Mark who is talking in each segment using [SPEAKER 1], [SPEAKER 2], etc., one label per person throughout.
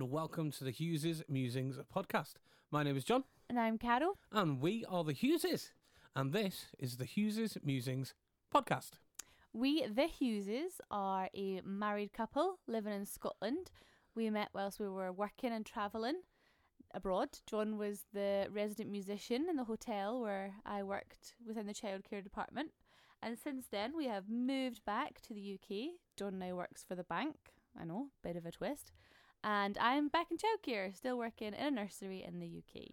[SPEAKER 1] welcome to the Hugheses Musings podcast. My name is John,
[SPEAKER 2] And I'm Carol.
[SPEAKER 1] and we are the Hugheses, and this is the Hugheses Musings podcast.
[SPEAKER 2] We, the Hugheses, are a married couple living in Scotland. We met whilst we were working and travelling abroad. John was the resident musician in the hotel where I worked within the childcare department. And since then, we have moved back to the UK. John now works for the bank. I know, bit of a twist. And I'm back in childcare, still working in a nursery in the UK.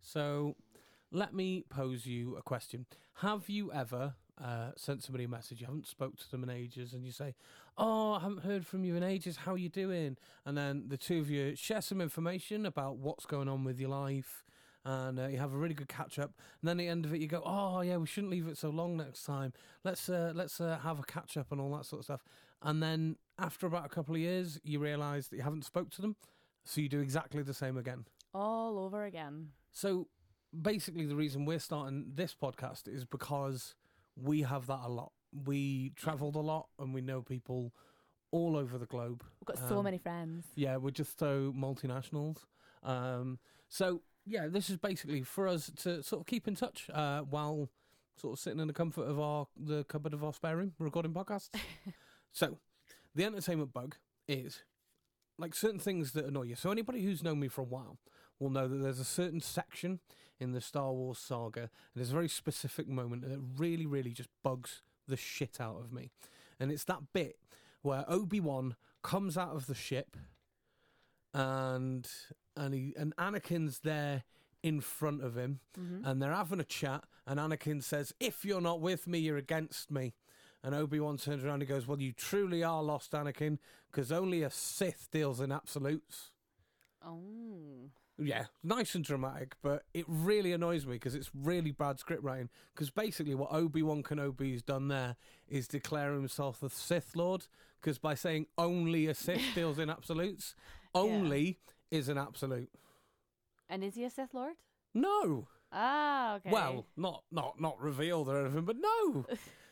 [SPEAKER 1] So, let me pose you a question: Have you ever uh, sent somebody a message you haven't spoke to them in ages, and you say, "Oh, I haven't heard from you in ages. How are you doing?" And then the two of you share some information about what's going on with your life. And uh, you have a really good catch up, and then at the end of it, you go, "Oh yeah, we shouldn't leave it so long next time. Let's uh, let's uh, have a catch up and all that sort of stuff." And then after about a couple of years, you realise that you haven't spoke to them, so you do exactly the same again.
[SPEAKER 2] All over again.
[SPEAKER 1] So basically, the reason we're starting this podcast is because we have that a lot. We traveled a lot and we know people all over the globe.
[SPEAKER 2] We've got so
[SPEAKER 1] Um,
[SPEAKER 2] many friends.
[SPEAKER 1] Yeah, we're just so multinationals. Um, so, yeah, this is basically for us to sort of keep in touch uh, while sort of sitting in the comfort of our the cupboard of our spare room recording podcasts. so, the entertainment bug is like certain things that annoy you. So, anybody who's known me for a while will know that there's a certain section in the Star Wars saga, and there's a very specific moment that really, really just bugs the shit out of me. And it's that bit where Obi Wan comes out of the ship and and he and Anakin's there in front of him and they're having a chat and Anakin says, If you're not with me, you're against me and Obi Wan turns around and goes, Well you truly are lost, Anakin, because only a Sith deals in absolutes.
[SPEAKER 2] Oh.
[SPEAKER 1] Yeah, nice and dramatic, but it really annoys me because it's really bad script writing. Because basically, what Obi Wan Kenobi's done there is declare himself the Sith Lord. Because by saying only a Sith deals in absolutes, only is an absolute.
[SPEAKER 2] And is he a Sith Lord?
[SPEAKER 1] No,
[SPEAKER 2] Ah, okay.
[SPEAKER 1] well, not not not revealed or anything, but no.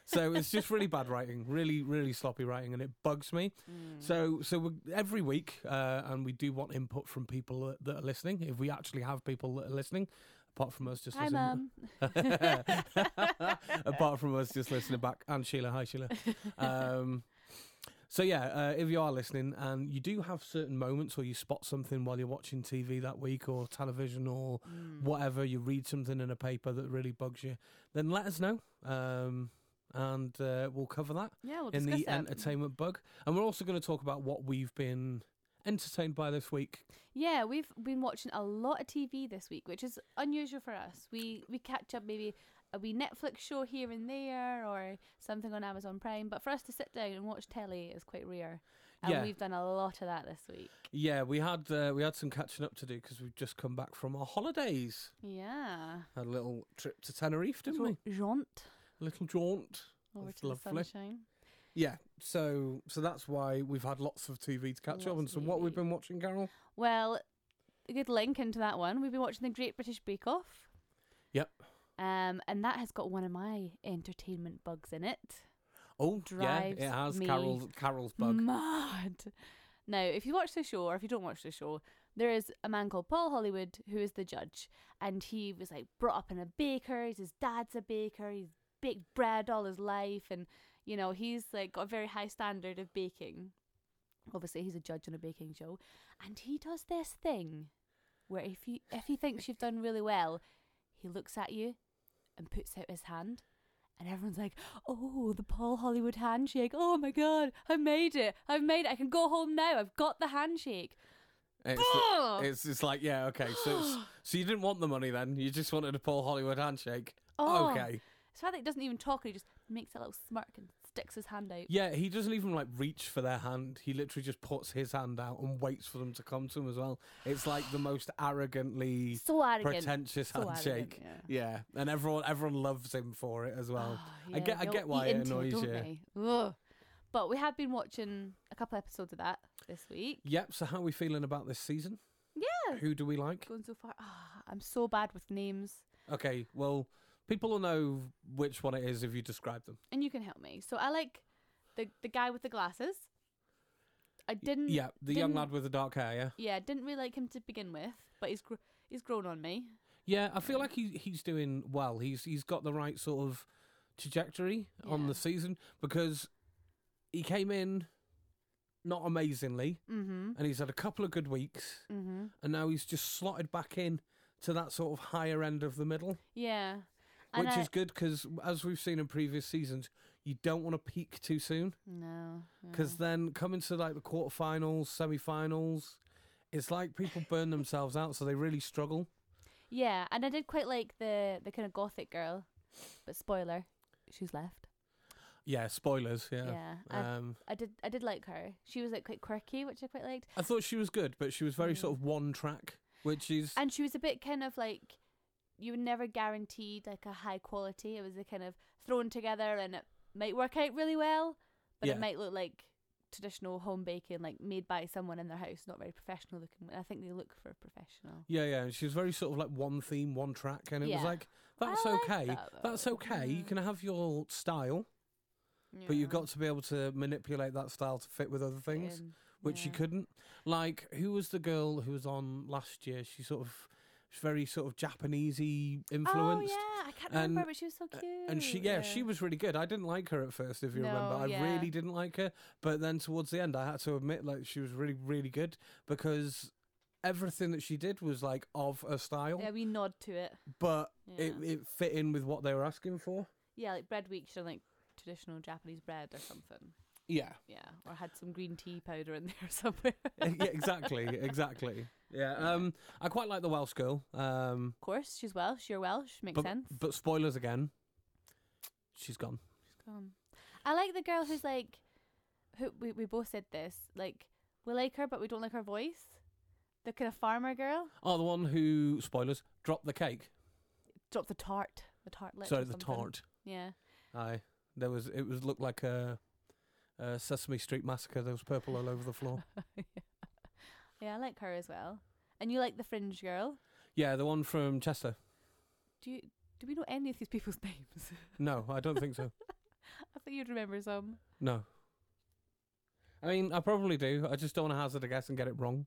[SPEAKER 1] so it's just really bad writing, really really sloppy writing, and it bugs me.
[SPEAKER 2] Hmm. Mm.
[SPEAKER 1] So so we every week, uh, and we do want input from people that, that are listening. If we actually have people that are listening, apart from us just
[SPEAKER 2] hi,
[SPEAKER 1] listening,
[SPEAKER 2] mum.
[SPEAKER 1] apart from us just listening back. And Sheila, hi Sheila. Um, so yeah, uh, if you are listening and you do have certain moments, or you spot something while you're watching TV that week, or television, or
[SPEAKER 2] Hmm.
[SPEAKER 1] whatever, you read something in a paper that really bugs you, then let us know, um, and uh, we'll cover that
[SPEAKER 2] Yeah, we'll
[SPEAKER 1] in
[SPEAKER 2] discuss
[SPEAKER 1] the
[SPEAKER 2] that.
[SPEAKER 1] entertainment bug. And we're also going to talk about what we've been entertained by this week.
[SPEAKER 2] yeah, we've been watching a lot of TV this week, which is unusual for us. We we catch up maybe a wee Netflix show here and there, or something on Amazon Prime. But for us to sit down and watch telly is quite rare, and
[SPEAKER 1] Yeah.
[SPEAKER 2] we've done a lot of that this week.
[SPEAKER 1] Yeah, we had uh, we had some catching up to do because we've just come back from our holidays.
[SPEAKER 2] Yeah,
[SPEAKER 1] Had a little trip to Tenerife, didn't we?
[SPEAKER 2] jaunt
[SPEAKER 1] A little jaunt.
[SPEAKER 2] over
[SPEAKER 1] That's
[SPEAKER 2] to
[SPEAKER 1] lovely.
[SPEAKER 2] the sunshine.
[SPEAKER 1] Yeah, so so that's why we've had lots of TV to catch up
[SPEAKER 2] Lots
[SPEAKER 1] on.
[SPEAKER 2] of
[SPEAKER 1] So what we've
[SPEAKER 2] TV.
[SPEAKER 1] been watching, Carol?
[SPEAKER 2] Well, a good link into that one. We've been watching the Great British Bake Off.
[SPEAKER 1] Yep.
[SPEAKER 2] Um, and that has got one of my entertainment bugs in it.
[SPEAKER 1] Oh,
[SPEAKER 2] Drives
[SPEAKER 1] yeah, it has
[SPEAKER 2] me
[SPEAKER 1] Carol Carol's bug.
[SPEAKER 2] Mad. Now, if you watch the show or if you don't watch the show, there is a man called Paul Hollywood who is the judge, and he was like brought up in a baker's. His dad's a baker. He's baked bread all his life, and you know he's like got a very high standard of baking. Obviously, he's a judge on a baking show, and he does this thing where if you if he thinks you've done really well, he looks at you and puts out his hand. And everyone's like, oh, the Paul Hollywood handshake. Oh my God, I made it. I've made it. I can go home now. I've got the handshake.
[SPEAKER 1] It's,
[SPEAKER 2] Ugh.
[SPEAKER 1] it's it's like yeah, okay. So it's, so you didn't want the money then? You just wanted a Paul Hollywood handshake?
[SPEAKER 2] Oh.
[SPEAKER 1] Okay.
[SPEAKER 2] So I think he doesn't even talk. He just makes a little smirk and sticks his hand out.
[SPEAKER 1] Yeah, he doesn't even like reach for their hand. He literally just puts his hand out and waits for them to come to him as well. It's like the most arrogantly
[SPEAKER 2] So arrogant.
[SPEAKER 1] pretentious
[SPEAKER 2] So arrogant,
[SPEAKER 1] handshake. yeah. and everyone everyone loves him for it as well. I
[SPEAKER 2] Ah, Yeah,
[SPEAKER 1] get I
[SPEAKER 2] they'll
[SPEAKER 1] get why
[SPEAKER 2] eat
[SPEAKER 1] it
[SPEAKER 2] into
[SPEAKER 1] annoys
[SPEAKER 2] don't
[SPEAKER 1] you.
[SPEAKER 2] they? Ugh. But we have been watching a couple episodes of that this week.
[SPEAKER 1] Yep. So how are we feeling about this season?
[SPEAKER 2] Yeah.
[SPEAKER 1] Who do we like?
[SPEAKER 2] Going so far. Ah, I'm so bad with names.
[SPEAKER 1] Okay. Well, people will know which one it is if you describe them.
[SPEAKER 2] And you can help me. So I like the, the guy with the glasses. I didn't.
[SPEAKER 1] yeah, the young
[SPEAKER 2] didn't-
[SPEAKER 1] lad with the dark hair. Yeah,
[SPEAKER 2] Yeah, didn't really like him to begin with, but he's gr- he's grown on me.
[SPEAKER 1] yeah. I feel like he he's doing well. He's he's got the right sort of trajectory on
[SPEAKER 2] Yeah.
[SPEAKER 1] the season because he came in not amazingly,
[SPEAKER 2] Mm-hmm.
[SPEAKER 1] and he's had a couple of good weeks,
[SPEAKER 2] Mm-hmm.
[SPEAKER 1] and now he's just slotted back in to that sort of higher end of the middle.
[SPEAKER 2] Yeah. And
[SPEAKER 1] Which
[SPEAKER 2] I-
[SPEAKER 1] is good because, as we've seen in previous seasons, you don't want to peak too soon
[SPEAKER 2] no.
[SPEAKER 1] because then coming to like the quarterfinals, semi-finals, it's like people burn themselves out, so they really struggle.
[SPEAKER 2] Yeah, and I did quite like the the kind of gothic girl, but spoiler, she's left.
[SPEAKER 1] Yeah, spoilers.
[SPEAKER 2] Yeah,
[SPEAKER 1] Yeah.
[SPEAKER 2] I,
[SPEAKER 1] Um,
[SPEAKER 2] I did I did like her. She was like quite quirky, which I quite liked,
[SPEAKER 1] I thought she was good, but she was very
[SPEAKER 2] Mm.
[SPEAKER 1] sort of one track, which is
[SPEAKER 2] and she was a bit kind of like you were never guaranteed like a high quality. It was a kind of thrown together, and it might work out really well, but
[SPEAKER 1] Yeah.
[SPEAKER 2] it might look like traditional home baking, like made by someone in their house, not very professional looking. And I think they look for professional.
[SPEAKER 1] yeah, yeah. She was very sort of like one theme, one track, and it was
[SPEAKER 2] Yeah.
[SPEAKER 1] like that's
[SPEAKER 2] I like
[SPEAKER 1] okay.
[SPEAKER 2] that,
[SPEAKER 1] that's
[SPEAKER 2] though.
[SPEAKER 1] okay. You
[SPEAKER 2] Mm.
[SPEAKER 1] can have your style, but
[SPEAKER 2] Yeah.
[SPEAKER 1] you've got to be able to manipulate that style to fit with other things.
[SPEAKER 2] Um,
[SPEAKER 1] which she
[SPEAKER 2] yeah.
[SPEAKER 1] couldn't. Like, who was the girl who was on last year? She sort of, she's very sort of Japanesey influenced.
[SPEAKER 2] Oh yeah, I can't
[SPEAKER 1] And-
[SPEAKER 2] remember, but she was so
[SPEAKER 1] uh,
[SPEAKER 2] cute.
[SPEAKER 1] And she, yeah, she was really good. I didn't like her at first, if you remember.
[SPEAKER 2] No,
[SPEAKER 1] I
[SPEAKER 2] yeah.
[SPEAKER 1] really didn't like her. But then towards the end, I had to admit, like, she was really, really good because everything that she did was like of a style,
[SPEAKER 2] Yeah, we nod to it.
[SPEAKER 1] but
[SPEAKER 2] Yeah,
[SPEAKER 1] it, it fit in with what they were asking for.
[SPEAKER 2] yeah like bread week, she done like traditional Japanese bread or something.
[SPEAKER 1] Yeah,
[SPEAKER 2] Yeah, or had some green tea powder in there somewhere.
[SPEAKER 1] yeah exactly, exactly. Yeah, um, I quite like the Welsh girl. Um,
[SPEAKER 2] Of course, she's Welsh. You're Welsh. Makes
[SPEAKER 1] but,
[SPEAKER 2] sense.
[SPEAKER 1] but spoilers again. She's gone.
[SPEAKER 2] Um, I like the girl who's like, who we we both said this. Like we like her, but we don't like her voice. The kind of farmer girl.
[SPEAKER 1] Oh, the one who spoilers dropped the cake.
[SPEAKER 2] Drop the tart. The tartlet. or
[SPEAKER 1] Sorry, the
[SPEAKER 2] something.
[SPEAKER 1] tart.
[SPEAKER 2] Yeah.
[SPEAKER 1] Aye, there was. It was looked like a, a Sesame Street massacre. There was purple all over the floor.
[SPEAKER 2] Yeah, I like her as well. And you like the fringe girl.
[SPEAKER 1] yeah, the one from Chester.
[SPEAKER 2] Do you? Do we know any of these people's names?
[SPEAKER 1] No, I don't think so.
[SPEAKER 2] I thought you'd remember some.
[SPEAKER 1] No. I mean, I probably do. I just don't want to hazard a guess and get it wrong.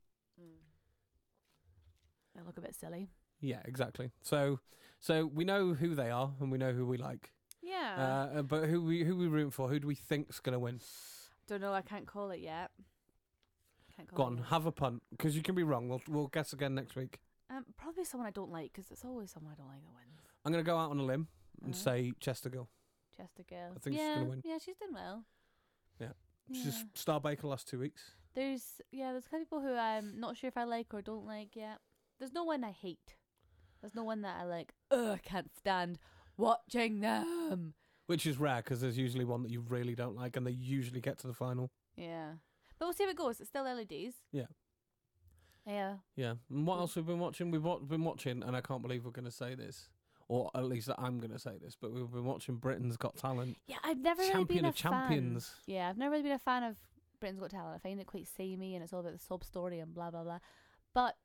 [SPEAKER 2] They look a bit silly.
[SPEAKER 1] Yeah, exactly. So, so we know who they are and we know who we like.
[SPEAKER 2] Yeah.
[SPEAKER 1] Uh, but who we who we rooting for? Who do we think's gonna win?
[SPEAKER 2] Don't know. I can't call it yet. Can't call
[SPEAKER 1] Go
[SPEAKER 2] it
[SPEAKER 1] on,
[SPEAKER 2] yet.
[SPEAKER 1] have a punt because you can be wrong. We'll we'll guess again next week.
[SPEAKER 2] Um, probably someone I don't like 'cause it's always someone I don't like that wins.
[SPEAKER 1] I'm gonna go out on a limb and
[SPEAKER 2] Alright.
[SPEAKER 1] say Chester Girl.
[SPEAKER 2] Chester girl.
[SPEAKER 1] I think she's
[SPEAKER 2] yeah,
[SPEAKER 1] gonna win.
[SPEAKER 2] Yeah, she's done well.
[SPEAKER 1] Yeah.
[SPEAKER 2] Yeah.
[SPEAKER 1] She's star baker last two weeks.
[SPEAKER 2] There's yeah, there's kind of people who I'm not sure if I like or don't like yet. There's no one I hate. There's no one that I like. Ugh, can't stand watching them.
[SPEAKER 1] Which is rare because there's usually one that you really don't like, and they usually get to the final.
[SPEAKER 2] Yeah, but we'll see how it goes. It's still early days.
[SPEAKER 1] Yeah.
[SPEAKER 2] Yeah.
[SPEAKER 1] Yeah. And what
[SPEAKER 2] Mm.
[SPEAKER 1] else we've been watching? We've wa- been watching, and I can't believe we're going to say this, or at least that I'm going to say this, but we've been watching Britain's Got Talent,
[SPEAKER 2] Yeah, I've never really
[SPEAKER 1] champion
[SPEAKER 2] been a
[SPEAKER 1] of champions.
[SPEAKER 2] Fan. Yeah, I've never really been a fan of Britain's Got Talent. I find it quite samey and it's all about the sob story and blah blah blah. But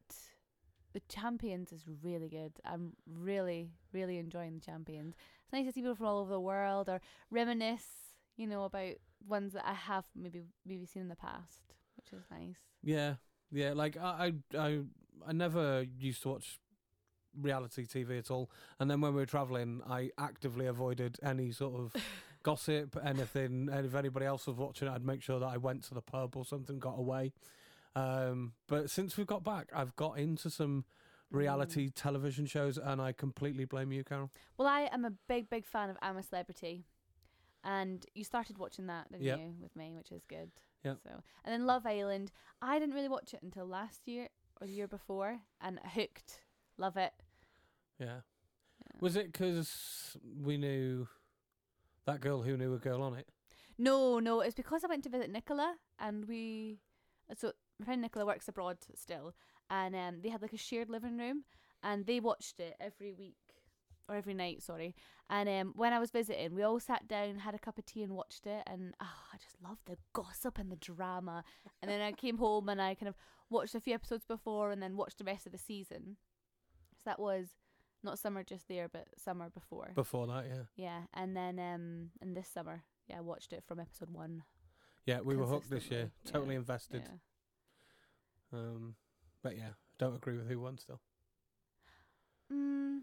[SPEAKER 2] the Champions is really good. I'm really, really enjoying the Champions. It's nice to see people from all over the world or reminisce, you know, about ones that I have maybe maybe seen in the past, which is nice.
[SPEAKER 1] Yeah, yeah. Like I, I, I, I never used to watch reality TV at all, and then when we were traveling, I actively avoided any sort of gossip, anything. And if anybody else was watching it, I'd make sure that I went to the pub or something, got away. Um, but since we've got back, I've got into some reality television shows, and I completely blame you, Carol.
[SPEAKER 2] Well, I am a big, big fan of I'm a Celebrity, and you started watching that, didn't
[SPEAKER 1] Yep.
[SPEAKER 2] you, with me, which is good.
[SPEAKER 1] Yep.
[SPEAKER 2] So, and then Love Island, I didn't really watch it until last year or the year before, and hooked. Love it.
[SPEAKER 1] Yeah.
[SPEAKER 2] Yeah.
[SPEAKER 1] Was it 'cause we knew that girl who knew a girl on it?
[SPEAKER 2] No, no, it's because I went to visit Nicola, and we, so my friend Nicola works abroad still, and um, they had like a shared living room, and they watched it every week or every night, sorry. And um, when I was visiting, we all sat down, had a cup of tea, and watched it, and ah, I just loved the gossip and the drama. And then I came home and I kind of watched a few episodes before, and then watched the rest of the season. So that was not summer just there, but summer before.
[SPEAKER 1] Before that, yeah.
[SPEAKER 2] Yeah, and then um, and this summer, yeah, I watched it from episode one.
[SPEAKER 1] Yeah, we were hooked this year.
[SPEAKER 2] Consistently, yeah,
[SPEAKER 1] Totally invested.
[SPEAKER 2] Yeah.
[SPEAKER 1] Um, but yeah, don't agree with who won still.
[SPEAKER 2] Mm,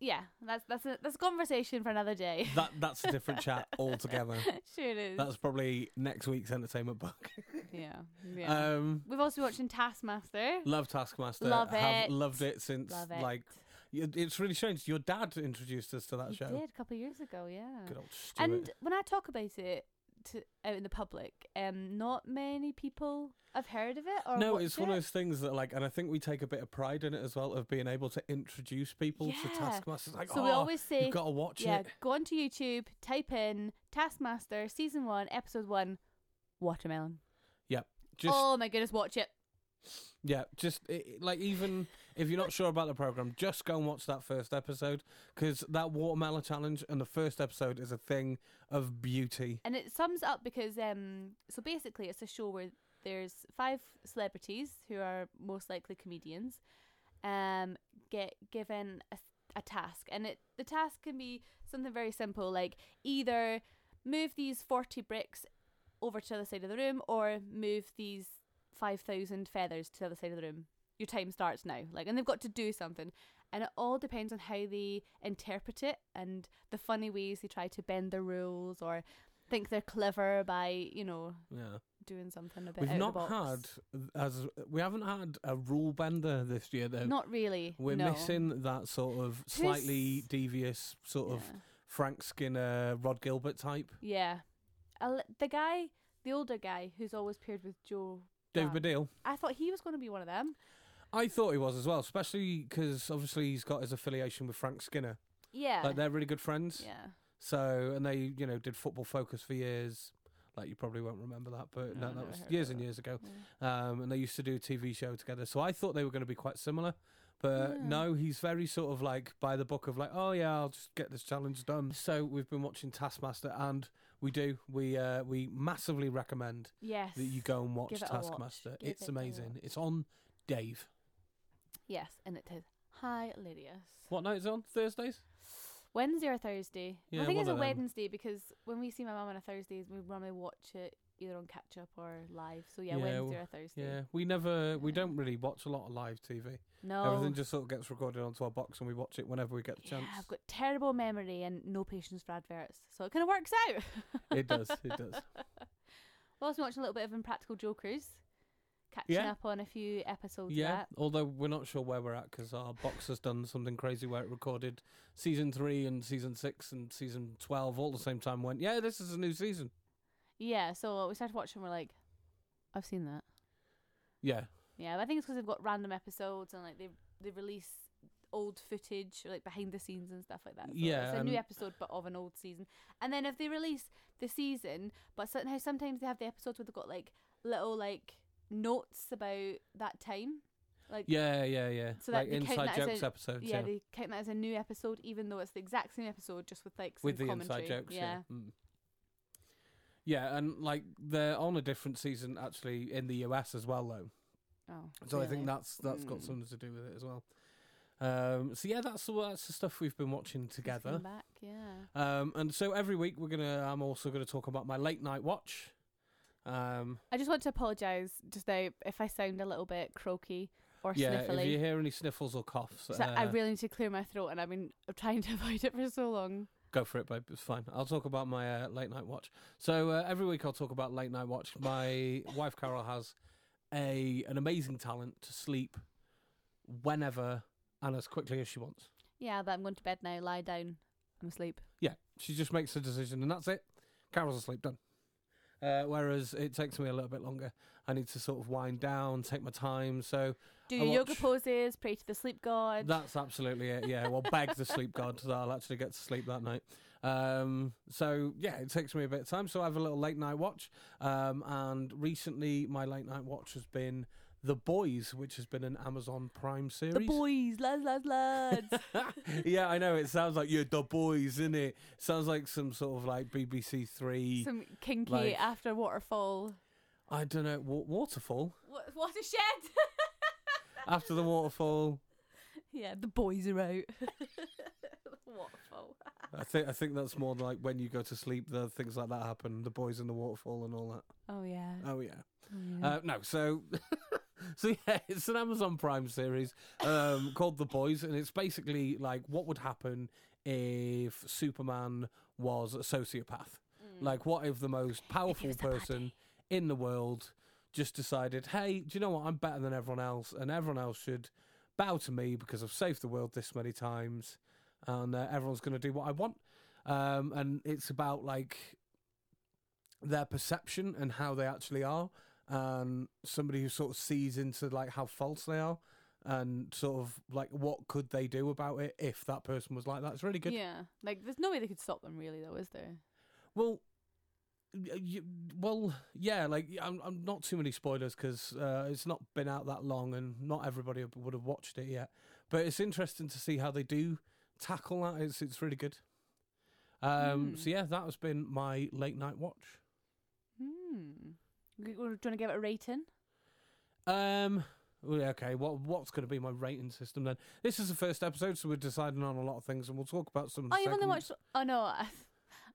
[SPEAKER 2] yeah, that's that's a that's a conversation for another day.
[SPEAKER 1] That that's a different chat altogether.
[SPEAKER 2] sure it is.
[SPEAKER 1] That's probably next week's entertainment book.
[SPEAKER 2] yeah, yeah.
[SPEAKER 1] Um,
[SPEAKER 2] We've also been watching Taskmaster.
[SPEAKER 1] love Taskmaster.
[SPEAKER 2] Love
[SPEAKER 1] Have
[SPEAKER 2] it.
[SPEAKER 1] loved it since
[SPEAKER 2] Love it.
[SPEAKER 1] like y- it's really strange. Your dad introduced us to that
[SPEAKER 2] He
[SPEAKER 1] show.
[SPEAKER 2] did a couple of years ago. Yeah.
[SPEAKER 1] Good old Stuart.
[SPEAKER 2] And when I talk about it to out in the public, um, not many people have heard of it or
[SPEAKER 1] no,
[SPEAKER 2] watched
[SPEAKER 1] it's one
[SPEAKER 2] it.
[SPEAKER 1] of those things that like, and I think we take a bit of pride in it as well of being able to introduce people to
[SPEAKER 2] Yeah.
[SPEAKER 1] Taskmaster. It's Like,
[SPEAKER 2] So
[SPEAKER 1] oh,
[SPEAKER 2] we always say,
[SPEAKER 1] you've got to watch
[SPEAKER 2] yeah,
[SPEAKER 1] it.
[SPEAKER 2] go onto YouTube, type in Taskmaster season one, episode one, watermelon.
[SPEAKER 1] Just
[SPEAKER 2] oh my goodness, watch it.
[SPEAKER 1] Yeah, just i i- like even if you're not sure about the program, just go and watch that first episode because that watermelon challenge and the first episode is a thing of beauty.
[SPEAKER 2] And it sums up because um, so basically it's a show where there's five celebrities who are most likely comedians, um, get given a, a task, and it the task can be something very simple like either move these forty bricks over to the other side of the room or move these five thousand feathers to the other side of the room. Your time starts now, like, and they've got to do something. And it all depends on how they interpret it and the funny ways they try to bend the rules or think they're clever by you know
[SPEAKER 1] Yeah,
[SPEAKER 2] doing something a bit.
[SPEAKER 1] we've
[SPEAKER 2] out
[SPEAKER 1] not
[SPEAKER 2] of the
[SPEAKER 1] had
[SPEAKER 2] box.
[SPEAKER 1] as we haven't had a rule bender this year though.
[SPEAKER 2] not really.
[SPEAKER 1] uh, We're
[SPEAKER 2] no.
[SPEAKER 1] missing that sort of slightly
[SPEAKER 2] Who's-
[SPEAKER 1] devious sort of
[SPEAKER 2] Yeah.
[SPEAKER 1] Frank Skinner, Rod Gilbert type.
[SPEAKER 2] Yeah, A l the guy, the older guy who's always paired with Joe.
[SPEAKER 1] Dave
[SPEAKER 2] Wow.
[SPEAKER 1] Baddiel.
[SPEAKER 2] I thought he was going to be one of them.
[SPEAKER 1] I thought he was as well, especially because obviously he's got his affiliation with Frank Skinner.
[SPEAKER 2] Yeah.
[SPEAKER 1] Like they're really good friends.
[SPEAKER 2] yeah.
[SPEAKER 1] So, and they, you know, did football focus for years. Like you probably won't remember that, but
[SPEAKER 2] No,
[SPEAKER 1] no,
[SPEAKER 2] I
[SPEAKER 1] that
[SPEAKER 2] never
[SPEAKER 1] was
[SPEAKER 2] heard
[SPEAKER 1] years
[SPEAKER 2] about
[SPEAKER 1] and
[SPEAKER 2] that.
[SPEAKER 1] years ago.
[SPEAKER 2] Yeah.
[SPEAKER 1] Um, and they used to do a TV show together. So I thought they were going to be quite similar, but
[SPEAKER 2] Yeah.
[SPEAKER 1] no, he's very sort of like by the book of like, oh yeah, I'll just get this challenge done. So we've been watching Taskmaster, and we do we uh, we massively recommend
[SPEAKER 2] Yes.
[SPEAKER 1] that you go and watch
[SPEAKER 2] Give it a watch.
[SPEAKER 1] Taskmaster.
[SPEAKER 2] Give
[SPEAKER 1] It's
[SPEAKER 2] it a
[SPEAKER 1] amazing.
[SPEAKER 2] watch.
[SPEAKER 1] It's on Dave.
[SPEAKER 2] Yes, and it is hilarious.
[SPEAKER 1] What night is it on? Thursdays.
[SPEAKER 2] Wednesday or Thursday?
[SPEAKER 1] Yeah,
[SPEAKER 2] I think it's
[SPEAKER 1] one
[SPEAKER 2] a
[SPEAKER 1] of them.
[SPEAKER 2] Wednesday because when we see my mum on a Thursday, we normally watch it either on catch up or live. So yeah,
[SPEAKER 1] Yeah,
[SPEAKER 2] Wednesday
[SPEAKER 1] w-
[SPEAKER 2] or Thursday.
[SPEAKER 1] Yeah, we never we
[SPEAKER 2] Yeah.
[SPEAKER 1] don't really watch a lot of live TV.
[SPEAKER 2] No.
[SPEAKER 1] Everything just sort of gets recorded onto our box and we watch it whenever we get the
[SPEAKER 2] Oh. yeah,
[SPEAKER 1] chance.
[SPEAKER 2] I've got terrible memory and no patience for adverts, so it kind of works out.
[SPEAKER 1] It does, it does.
[SPEAKER 2] We're also watching a little bit of Impractical Jokers, catching
[SPEAKER 1] Yeah.
[SPEAKER 2] up on a few episodes. of
[SPEAKER 1] yeah,
[SPEAKER 2] that.
[SPEAKER 1] although we're not sure where we're at because our box has done something crazy where it recorded season three and season six and season 12 all at the same time. Went, yeah, this is a new season.
[SPEAKER 2] Yeah, so we started watching. We're like, I've seen that.
[SPEAKER 1] Yeah,
[SPEAKER 2] Yeah, but I think it's because they've got random episodes and like they they release old footage or like behind the scenes and stuff like that. So
[SPEAKER 1] Yeah,
[SPEAKER 2] it's a new
[SPEAKER 1] and-
[SPEAKER 2] episode but of an old season. And then if they release the season, but somehow sometimes they have the episodes where they've got like little like notes about that time. Like
[SPEAKER 1] yeah, yeah, yeah.
[SPEAKER 2] So that
[SPEAKER 1] like
[SPEAKER 2] they count
[SPEAKER 1] inside
[SPEAKER 2] that as
[SPEAKER 1] jokes
[SPEAKER 2] a-
[SPEAKER 1] episodes, yeah,
[SPEAKER 2] yeah, they count that as a new episode, even though it's the exact same episode, just with like some
[SPEAKER 1] with the
[SPEAKER 2] commentary.
[SPEAKER 1] inside jokes, yeah. Mm. Yeah, and like they're on a different season actually in the US as well, though.
[SPEAKER 2] Oh,
[SPEAKER 1] So I think
[SPEAKER 2] really?
[SPEAKER 1] that's that's got
[SPEAKER 2] Mm.
[SPEAKER 1] something to do with it as well. Um, so yeah, that's the that's the stuff we've been watching
[SPEAKER 2] Just came
[SPEAKER 1] together.
[SPEAKER 2] Back, yeah.
[SPEAKER 1] Um, and so every week we're gonna I'm also gonna talk about my late night watch. Um,
[SPEAKER 2] I just want to apologise just now if I sound a little bit croaky or
[SPEAKER 1] yeah,
[SPEAKER 2] sniffly.
[SPEAKER 1] if you hear any sniffles or coughs,
[SPEAKER 2] So I
[SPEAKER 1] uh,
[SPEAKER 2] really need to clear my throat, and I've been trying to avoid it for so long.
[SPEAKER 1] go for it, babe. It's fine. I'll talk about my uh, late night watch. So uh, every week I'll talk about late night watch. My wife Carol has a an amazing talent to sleep whenever and as quickly as she wants.
[SPEAKER 2] Yeah, but I'm going to bed now. Lie down. I'm asleep.
[SPEAKER 1] Yeah, she just makes a decision and that's it. Carol's asleep, done. Uh, whereas it takes me a little bit longer. I need to sort of wind down, take my time. So
[SPEAKER 2] Do
[SPEAKER 1] I
[SPEAKER 2] your yoga
[SPEAKER 1] watch-
[SPEAKER 2] poses. Pray to the sleep god.
[SPEAKER 1] that's absolutely it. Yeah, well, beg the sleep god that I'll actually get to sleep that night. Um, so yeah, it takes me a bit of time. So I have a little late night watch. Um, and recently, my late night watch has been The Boys, which has been an Amazon Prime series.
[SPEAKER 2] the boys, lads, lads, lads.
[SPEAKER 1] yeah, I know. It sounds like you're the boys, isn't it? Sounds like some sort of like BBC Three.
[SPEAKER 2] Some kinky
[SPEAKER 1] Like-
[SPEAKER 2] after waterfall.
[SPEAKER 1] I don't know. Wa- waterfall
[SPEAKER 2] What, what a shed.
[SPEAKER 1] after the waterfall.
[SPEAKER 2] yeah, the boys are out. waterfall.
[SPEAKER 1] I think I think that's more like when you go to sleep. The things like that happen. The boys in the waterfall and all that.
[SPEAKER 2] Oh yeah.
[SPEAKER 1] Oh yeah.
[SPEAKER 2] Oh, yeah.
[SPEAKER 1] Uh, no, so so yeah, it's an Amazon Prime series um, called The Boys, and it's basically like what would happen if Superman was a sociopath.
[SPEAKER 2] Mm.
[SPEAKER 1] Like, what Mm. if the most powerful
[SPEAKER 2] was a
[SPEAKER 1] person in the world just decided, hey, do you know what? I'm better than everyone else, and everyone else should bow to me because I've saved the world this many times, and uh, everyone's going to do what I want. Um, and it's about like their perception and how they actually are, and somebody who sort of sees into like how false they are, and sort of like what could they do about it if that person was like that. It's really good.
[SPEAKER 2] Yeah. Like there's no way they could stop them really though, is there?
[SPEAKER 1] Well, y- y well, yeah. Like, I'm, I'm not too many spoilers because uh, it's not been out that long, and not everybody have- would have watched it yet. But it's interesting to see how they do tackle that. It's it's really good. Um,
[SPEAKER 2] Mm.
[SPEAKER 1] So yeah, that has been my late night watch.
[SPEAKER 2] Hmm. G- Do you want to give it a rating?
[SPEAKER 1] Um, well, yeah, okay. What what's going to be my rating system then? This is the first episode, so we're deciding on a lot of things, and we'll talk about some. of the
[SPEAKER 2] Oh, you've only
[SPEAKER 1] segments.
[SPEAKER 2] watched. Oh no, I,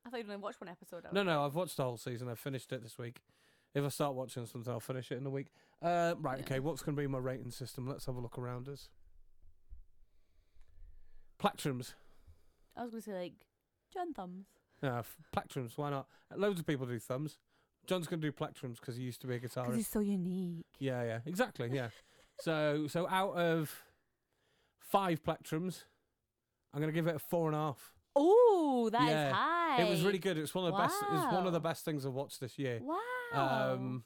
[SPEAKER 2] I thought you'd only watched one episode. I
[SPEAKER 1] No,
[SPEAKER 2] was-
[SPEAKER 1] no, I've watched the whole season. I finished it this week. If I start watching something, I'll finish it in a week. Uh, right,
[SPEAKER 2] Yeah.
[SPEAKER 1] okay. What's going to be my rating system? Let's have a look around us. Plectrums.
[SPEAKER 2] I was going to say like John Thumbs.
[SPEAKER 1] Yeah, Ah, f- plectrums. Why not? Loads of people do thumbs. John's going to do plectrums because he used to be a
[SPEAKER 2] Because
[SPEAKER 1] guitarist.
[SPEAKER 2] he's so unique.
[SPEAKER 1] Yeah, yeah, exactly. Yeah. so, so out of five plectrums, I'm going to give it a four and a half.
[SPEAKER 2] Oh, that is
[SPEAKER 1] Yeah.
[SPEAKER 2] high.
[SPEAKER 1] It was really good. It's one of the best. It's one of the
[SPEAKER 2] Wow.
[SPEAKER 1] best things I've watched this year.
[SPEAKER 2] Wow.
[SPEAKER 1] Um,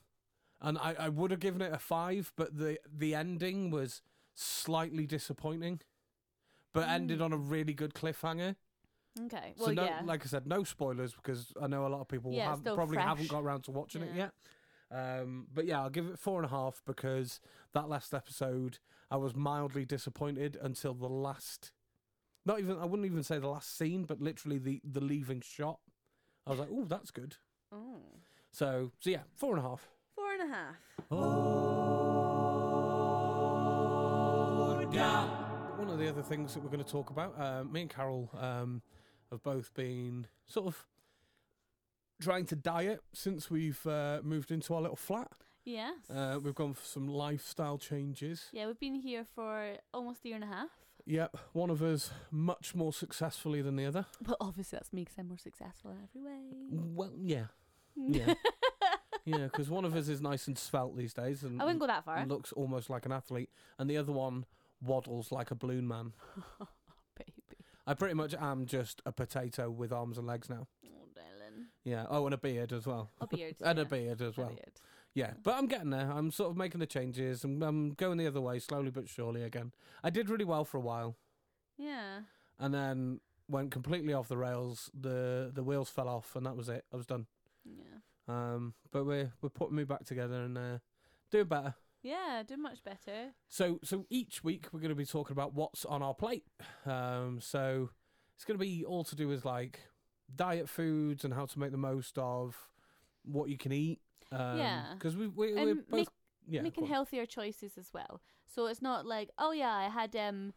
[SPEAKER 1] and I, I would have given it a five, but the the ending was slightly disappointing, but ended on a really good cliffhanger.
[SPEAKER 2] okay.
[SPEAKER 1] so
[SPEAKER 2] Mm. Well,
[SPEAKER 1] no,
[SPEAKER 2] yeah.
[SPEAKER 1] like I said, no spoilers because I know a lot of people
[SPEAKER 2] Yeah, it's
[SPEAKER 1] have,
[SPEAKER 2] still
[SPEAKER 1] probably haven't
[SPEAKER 2] fresh.
[SPEAKER 1] got around to watching it
[SPEAKER 2] Yeah.
[SPEAKER 1] yet. Um, but yeah, I'll give it four and a half because that last episode I was mildly disappointed until the last. Not even I wouldn't even say the last scene, but literally the the leaving shot. I was like, oh, that's good.
[SPEAKER 2] oh.
[SPEAKER 1] So so yeah, four and a half.
[SPEAKER 2] Four and a half.
[SPEAKER 1] One of the other things that we're going to talk about, uh, me and Carol um, have both been sort of trying to diet since we've uh, moved into our little flat.
[SPEAKER 2] Yes.
[SPEAKER 1] Uh, we've gone for some lifestyle changes.
[SPEAKER 2] yeah, we've been here for almost a year and a half.
[SPEAKER 1] Yep, one of us much more successfully than the other.
[SPEAKER 2] But obviously that's me 'cause I'm more successful in every way.
[SPEAKER 1] Well, yeah, Mm, yeah. yeah, because one of us is nice and svelte these days and
[SPEAKER 2] I wouldn't go that far.
[SPEAKER 1] looks almost like an athlete, and the other one waddles like a balloon man. Mm.
[SPEAKER 2] Baby.
[SPEAKER 1] I pretty much am just a potato with arms and legs now.
[SPEAKER 2] Oh, darling.
[SPEAKER 1] Yeah. Oh, and a beard as well.
[SPEAKER 2] A beard.
[SPEAKER 1] and
[SPEAKER 2] yeah.
[SPEAKER 1] a beard as
[SPEAKER 2] A
[SPEAKER 1] well.
[SPEAKER 2] beard.
[SPEAKER 1] Yeah, but I'm getting there. I'm sort of making the changes. I'm, I'm going the other way slowly but surely again. I did really well for a while,
[SPEAKER 2] Yeah.
[SPEAKER 1] and then went completely off the rails. the The wheels fell off, and that was it. I was done.
[SPEAKER 2] Yeah.
[SPEAKER 1] Um, but we're we're putting me back together and uh, doing better.
[SPEAKER 2] Yeah, doing much better.
[SPEAKER 1] So so each week we're going to be talking about what's on our plate. Um, so it's going to be all to do with like diet foods and how to make the most of what you can eat. Um,
[SPEAKER 2] Yeah.
[SPEAKER 1] because we we we're
[SPEAKER 2] And
[SPEAKER 1] both
[SPEAKER 2] make-
[SPEAKER 1] yeah
[SPEAKER 2] making
[SPEAKER 1] go on.
[SPEAKER 2] healthier choices as well. So it's not like, oh yeah, I had um,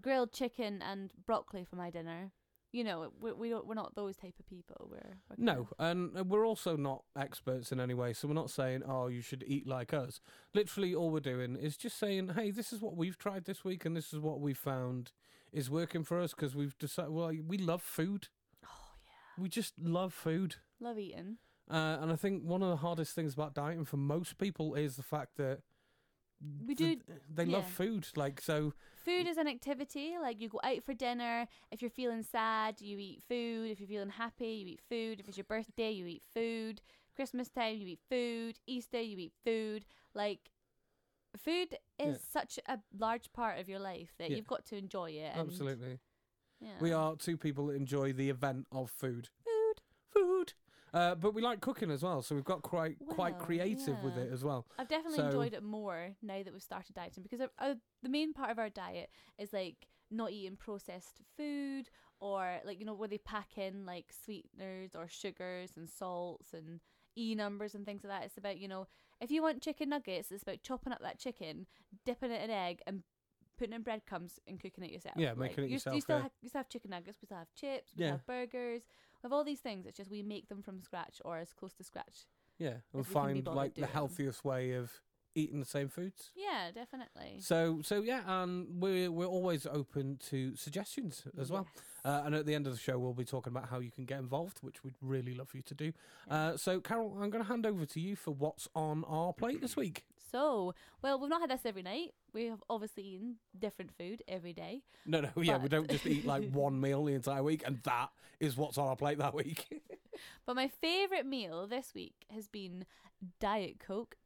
[SPEAKER 2] grilled chicken and broccoli for my dinner. You know, we we don't, we're not those type of people. We're, we're kind
[SPEAKER 1] No,
[SPEAKER 2] of-
[SPEAKER 1] and uh, we're also not experts in any way, so we're not saying, oh, you should eat like us. Literally, all we're doing is just saying, hey, this is what we've tried this week, and this is what we found is working for us because we've decided, well, we love food.
[SPEAKER 2] Oh yeah,
[SPEAKER 1] We just love food.
[SPEAKER 2] love eating.
[SPEAKER 1] Uh, and I think one of the hardest things about dieting for most people is the fact that
[SPEAKER 2] We
[SPEAKER 1] th-
[SPEAKER 2] do-
[SPEAKER 1] they love
[SPEAKER 2] yeah.
[SPEAKER 1] food. Like, so,
[SPEAKER 2] Food is an activity. Like you go out for dinner. If you're feeling sad, you eat food. If you're feeling happy, you eat food. If it's your birthday, you eat food. Christmas time, you eat food. Easter, you eat food. Like food is such a large part of your life that
[SPEAKER 1] Yeah.
[SPEAKER 2] you've got to enjoy it. and-
[SPEAKER 1] absolutely.
[SPEAKER 2] Yeah.
[SPEAKER 1] We are two people that enjoy the event of food.
[SPEAKER 2] food.
[SPEAKER 1] Food. Uh, but we like cooking as well, so we've got quite quite
[SPEAKER 2] Well,
[SPEAKER 1] creative with
[SPEAKER 2] yeah.
[SPEAKER 1] it as well.
[SPEAKER 2] I've definitely
[SPEAKER 1] So-
[SPEAKER 2] enjoyed it more now that we've started dieting because our, our, the main part of our diet is like not eating processed food or like you know where they pack in like sweeteners or sugars and salts and e numbers and things like that. It's about you know if you want chicken nuggets, it's about chopping up that chicken, dipping it in egg, and putting in breadcrumbs and cooking it yourself.
[SPEAKER 1] Yeah, making it
[SPEAKER 2] you, s- You
[SPEAKER 1] yourself,
[SPEAKER 2] still,
[SPEAKER 1] yeah.
[SPEAKER 2] ha- you still have chicken nuggets, we still have chips, we
[SPEAKER 1] Yeah.
[SPEAKER 2] have burgers, we have all these things. It's just we make them from scratch or as close to scratch.
[SPEAKER 1] Yeah, and
[SPEAKER 2] If we can be
[SPEAKER 1] find
[SPEAKER 2] bothered
[SPEAKER 1] like the
[SPEAKER 2] doing them.
[SPEAKER 1] healthiest way of eating the same foods.
[SPEAKER 2] Yeah, definitely.
[SPEAKER 1] So, so yeah, and we're we're always open to suggestions as well.
[SPEAKER 2] Yes.
[SPEAKER 1] Uh, and at the end of the show, we'll be talking about how you can get involved, which we'd really love for you to do. Uh, so, Carol, I'm going to hand over to you for what's on our plate this week.
[SPEAKER 2] So, well, we've not had this every night. We have obviously eaten different food every day.
[SPEAKER 1] No, no, yeah, we
[SPEAKER 2] But-
[SPEAKER 1] don't just eat like one meal the entire week, and that is what's on our plate that week.
[SPEAKER 2] But my favourite meal this week has been Diet Coke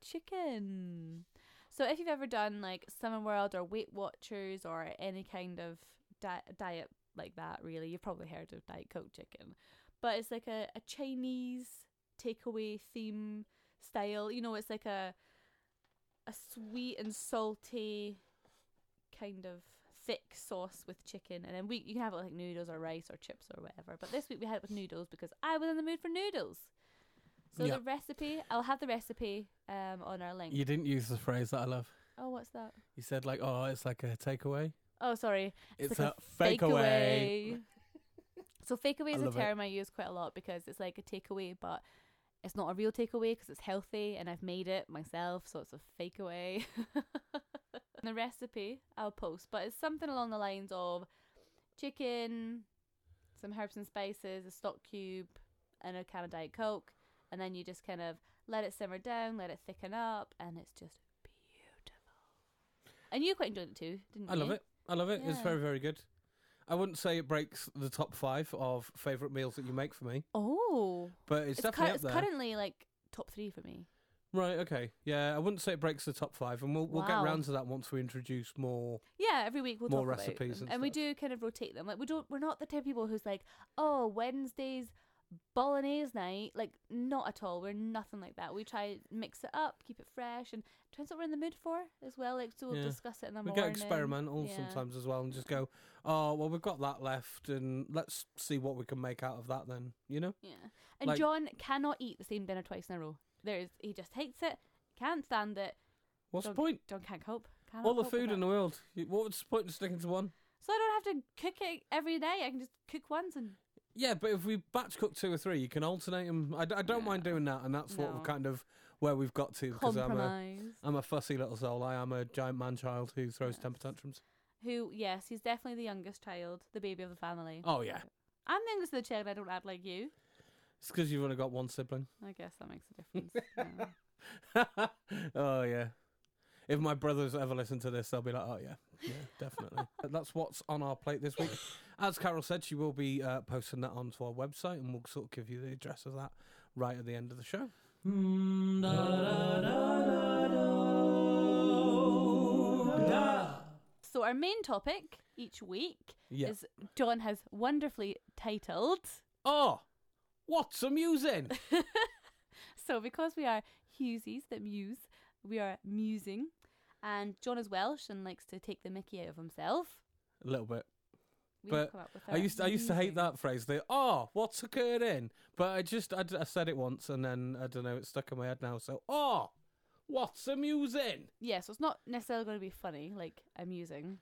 [SPEAKER 2] chicken. So if you've ever done like Summer World or Weight Watchers or any kind of di- diet like that, really, you've probably heard of Diet Coke chicken. But it's like a, a Chinese takeaway theme style. You know, it's like a a sweet and salty kind of thick sauce with chicken and then we you can have it with, like noodles or rice or chips or whatever but this week we had it with noodles because i was in the mood for noodles so
[SPEAKER 1] Yeah.
[SPEAKER 2] the recipe i'll have the recipe um on our link
[SPEAKER 1] you didn't use the phrase that I love.
[SPEAKER 2] oh what's that
[SPEAKER 1] You said like, "Oh, it's like a takeaway."
[SPEAKER 2] oh sorry
[SPEAKER 1] It's,
[SPEAKER 2] like
[SPEAKER 1] a, fake away.
[SPEAKER 2] away. so fake away
[SPEAKER 1] I
[SPEAKER 2] is a
[SPEAKER 1] love it.
[SPEAKER 2] term i use quite a lot because it's like a takeaway but it's not a real takeaway because it's healthy and i've made it myself so it's a fake away the recipe i'll post but it's something along the lines of chicken some herbs and spices a stock cube and a can of diet coke and then you just kind of let it simmer down let it thicken up and it's just beautiful and you quite enjoyed it too didn't
[SPEAKER 1] I
[SPEAKER 2] you
[SPEAKER 1] love it. I love it. It's
[SPEAKER 2] Yeah.
[SPEAKER 1] very, very good. I wouldn't say it breaks the top five of favourite meals that you make for me,
[SPEAKER 2] oh
[SPEAKER 1] but it's,
[SPEAKER 2] it's, cur-
[SPEAKER 1] definitely up
[SPEAKER 2] it's
[SPEAKER 1] there.
[SPEAKER 2] currently like top three for me.
[SPEAKER 1] Right, okay. Yeah, I wouldn't say it breaks the top five, and we'll, we'll get
[SPEAKER 2] Wow.
[SPEAKER 1] round to that once we introduce more.
[SPEAKER 2] Yeah, every week we'll
[SPEAKER 1] More
[SPEAKER 2] talk about
[SPEAKER 1] recipes
[SPEAKER 2] them.
[SPEAKER 1] and
[SPEAKER 2] and, we
[SPEAKER 1] stuff.
[SPEAKER 2] do kind of rotate them. Like we don't, we're not the type of people who's like, oh, Wednesdays bolognese night. Like not at all. We're nothing like that. We try mix it up, keep it fresh, and depends what we're in the mood for as well. Like so, we'll
[SPEAKER 1] Yeah.
[SPEAKER 2] discuss it in the
[SPEAKER 1] We
[SPEAKER 2] morning.
[SPEAKER 1] get experimental
[SPEAKER 2] Yeah.
[SPEAKER 1] sometimes as well and just go, oh, well, we've got that left, and let's see what we can make out of that then, you know?
[SPEAKER 2] Yeah, and
[SPEAKER 1] Like-
[SPEAKER 2] John cannot eat the same dinner twice in a row. There is, he just hates it. Can't stand it.
[SPEAKER 1] What's the
[SPEAKER 2] Don't-
[SPEAKER 1] point?
[SPEAKER 2] John can't cope. Cannot
[SPEAKER 1] All the
[SPEAKER 2] cope with
[SPEAKER 1] food
[SPEAKER 2] it.
[SPEAKER 1] in the world. You- What's the point in sticking to one?
[SPEAKER 2] So I don't have to cook it every day. I can just cook once and
[SPEAKER 1] Yeah, but if we batch cook two or three, you can alternate them. I, d- I don't mind doing that, and that's what
[SPEAKER 2] No.
[SPEAKER 1] we're kind of where we've got to because I'm a,
[SPEAKER 2] compromise.
[SPEAKER 1] I'm a fussy little soul. I am a giant man child who throws
[SPEAKER 2] Yes.
[SPEAKER 1] temper tantrums.
[SPEAKER 2] Who, yes, he's definitely the youngest child, the baby of the family.
[SPEAKER 1] Oh, yeah.
[SPEAKER 2] I'm the youngest of the children. I don't act like you.
[SPEAKER 1] It's because you've only got one sibling.
[SPEAKER 2] I guess that makes a difference. yeah.
[SPEAKER 1] oh yeah. If my brothers ever listen to this, they'll be like, "Oh yeah, yeah, definitely." That's what's on our plate this week. As Carol said, she will be uh, posting that onto our website, and we'll sort of give you the address of that right at the end of the show.
[SPEAKER 2] So our main topic each week
[SPEAKER 1] Yeah.
[SPEAKER 2] is John has wonderfully titled.
[SPEAKER 1] oh, what's amusing?
[SPEAKER 2] So because we are Hughesies that muse, we are musing, and John is Welsh and likes to take the Mickey out of himself.
[SPEAKER 1] a little bit.
[SPEAKER 2] We
[SPEAKER 1] But
[SPEAKER 2] come up with
[SPEAKER 1] I
[SPEAKER 2] our
[SPEAKER 1] used to, I used to hate
[SPEAKER 2] musing.
[SPEAKER 1] that phrase. The oh, what's occurring? But I just I, d- I said it once, and then I don't know. It's stuck in my head now. So oh, what's amusing?
[SPEAKER 2] Yeah, so it's not necessarily going to be funny, like amusing.